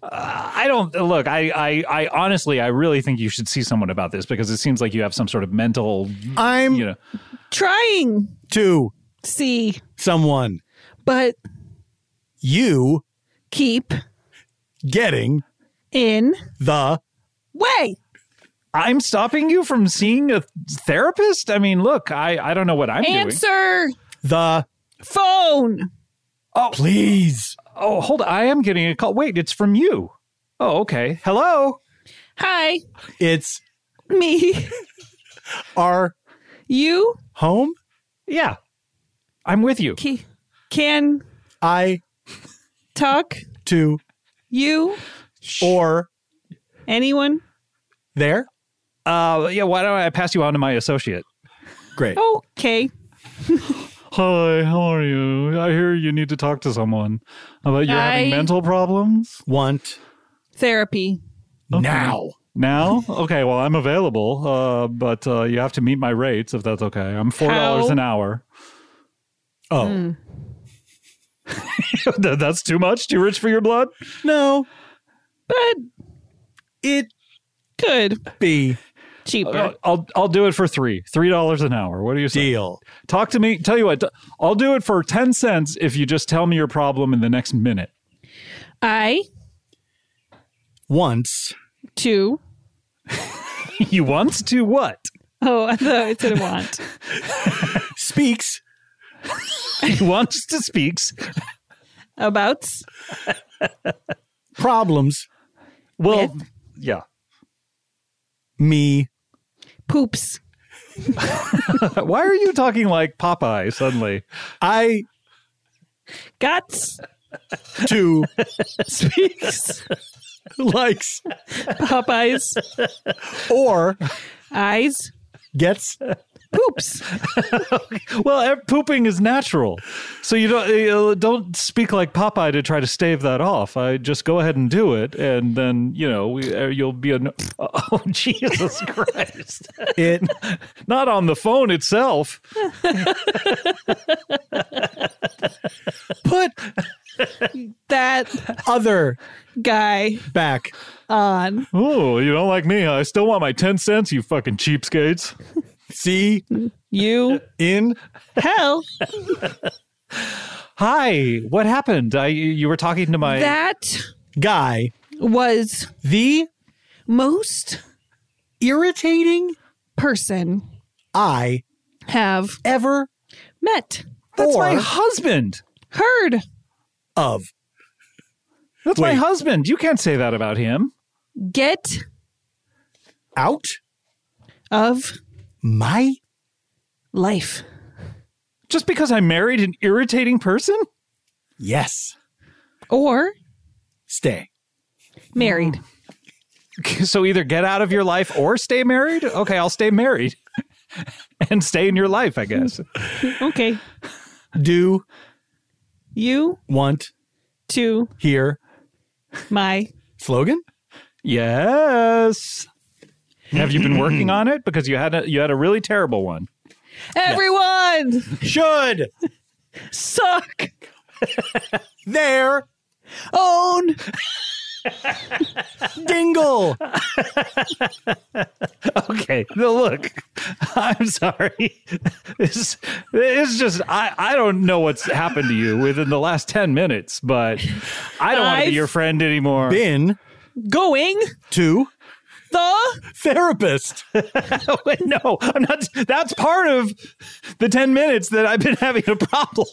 I don't look. I, I, I honestly, I really think you should see someone about this because it seems like you have some sort of mental,
I'm
you know.
Trying.
to
See.
someone.
But
You
keep
getting
in
the
way.
I'm stopping you from seeing a therapist. I mean, look, I, I don't know what I'm doing.
Answer
the
phone.
please.
Oh, hold on. I am getting a call. Wait, it's from you. Oh, okay. Hello.
Hi,
It's
me.
our
You
home.
Yeah. I'm with you.
ca- can
I
talk.
to
You
or
anyone?
there.
Uh yeah, why don't I pass you on to my associate?
Great.
Okay.
Hi, how are you? I hear you need to talk to someone about you
Hi.
having mental problems.
Want
Therapy.
now.
Now? Okay, well, I'm available, uh, but uh, you have to meet my rates if that's okay. I'm $4
How?
an hour.
Oh.
That- that's too much? Too rich for your blood?
No.
But
It
good.
be
Cheaper.
Uh, I'll I'll do it for 3. $3 an hour. What do you say?
deal.
Talk to me. Tell you what, I'll do it for 10 cents if you just tell me your problem in the next minute.
I
Once
too.
you want to what?
Oh, I thought it said want.
speaks
He wants to speak
About
problems
Well, yeah.
me
poops.
Why are you talking like Popeye suddenly?
I
Guts.
too
Speaks.
likes
Popeyes.
or
Eyes.
gets
Poops.
Well, eh, pooping is natural, so you don't you don't speak like Popeye to try to stave that off. I just go ahead and do it, and then you know we, eh, you'll be an oh Jesus Christ!
it
Not on the phone itself.
put
That
other
guy
back
on.
Oh, you don't like me? I still want my ten cents, you fucking cheapskates.
see
You
in
hell.
Hi, what happened? I you were talking to my
That
guy
was
the
most
irritating
person
I
have
ever
met,
That's my
or
husband.
heard,
of
That's my
Wait.
husband. You can't say that about him.
get
out
of
my
life.
Just because I married an irritating person?
yes
Or
stay
married.
So either get out of your life or stay married? Okay, I'll stay married. and stay in your life, I guess.
Okay.
do
You
want
to
hear
my
slogan
Yes. Have you been working on it? Because you had a you had a really terrible one.
everyone
should
suck
there
own.
Dingle.
Okay, no, look, I'm sorry. It's, it's just, I, I don't know what's happened to you within the last 10 minutes, but I don't want to be
I've
your friend anymore.
Been
Going
to
the
therapist.
no, I'm not. That's part of the 10 minutes that I've been having a problem.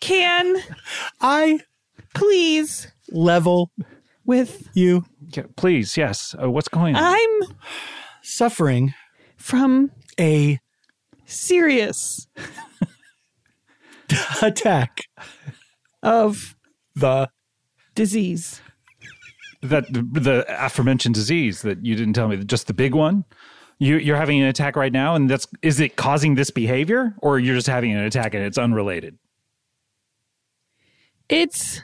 can
I
please
level
with
you
Yeah, Please, yes. Uh, what's going on?
I'm
suffering
from
a
serious
attack
of
the
disease.
that the, the aforementioned disease that you didn't tell me, just the big one. You, you're having an attack right now, and that's is it causing this behavior, or you're just having an attack and it's unrelated?
It's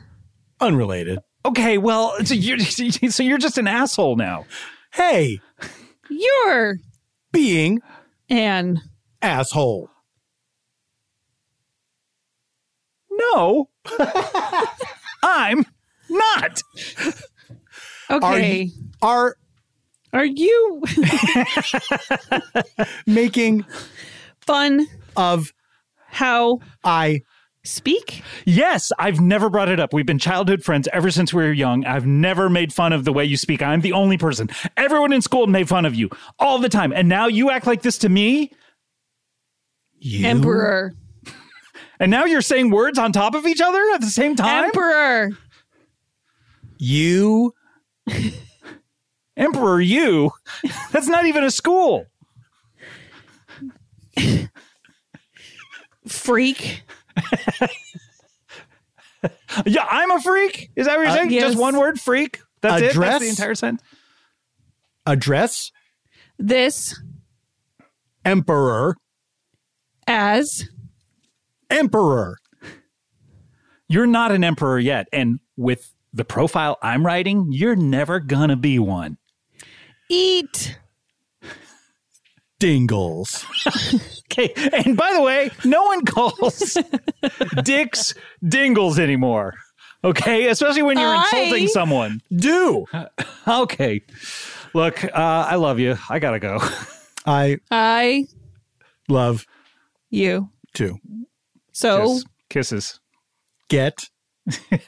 unrelated.
Okay, well, so you're, so you're just an asshole now.
Hey,
you're
being
an
asshole.
No, I'm not.
okay.
Are
Are you
making
fun
of
how
I
speak?
Yes, I've never brought it up. We've been childhood friends ever since we were young. I've never made fun of the way you speak. I'm the only person. Everyone in school made fun of you all the time, and now you act like this to me.
you
Emperor.
And now you're saying words on top of each other at the same time.
Emperor.
you
Emperor, you. That's not even a school.
Freak.
Yeah, I'm a freak. Is that what you're
Uh,
saying?
yes.
Just one word, freak. That's it. That's
Address?
the entire sentence.
address
This
emperor
as
emperor
You're not an emperor yet, and with the profile I'm writing, you're never gonna be one.
eat
dingles.
Okay. And by the way, no one calls dicks dingles anymore. Okay, especially when you're
I-
insulting someone.
Do
Okay, look, uh, I love you. I gotta go.
I
I
love
you.
to Oh.
So
Kiss- kisses.
get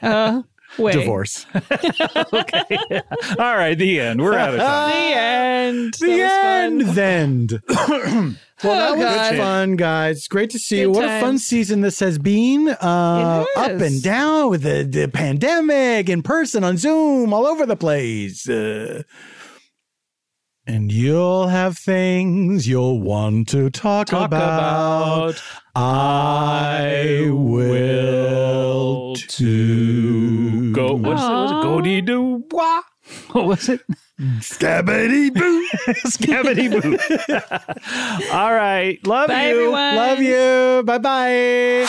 uh wait.
divorce?
All right, the end. We're out of time.
The end.
The end. Then. well, that
Oh,
was
God.
fun, guys. It's Great to see you.
Good
What a fun
times.
season this has been. Uh, up
It has.
and down with the, the pandemic, in person, on Zoom, all over the place. Uh, and you'll have things you'll want to talk,
Talk
about.
about.
I will too.
Go. What was it? Was it? Go dee doo wah. What was it?
Scabbity boo.
Scabbity boo. All right. Love
Bye,
you.
everyone.
Love you. Bye bye.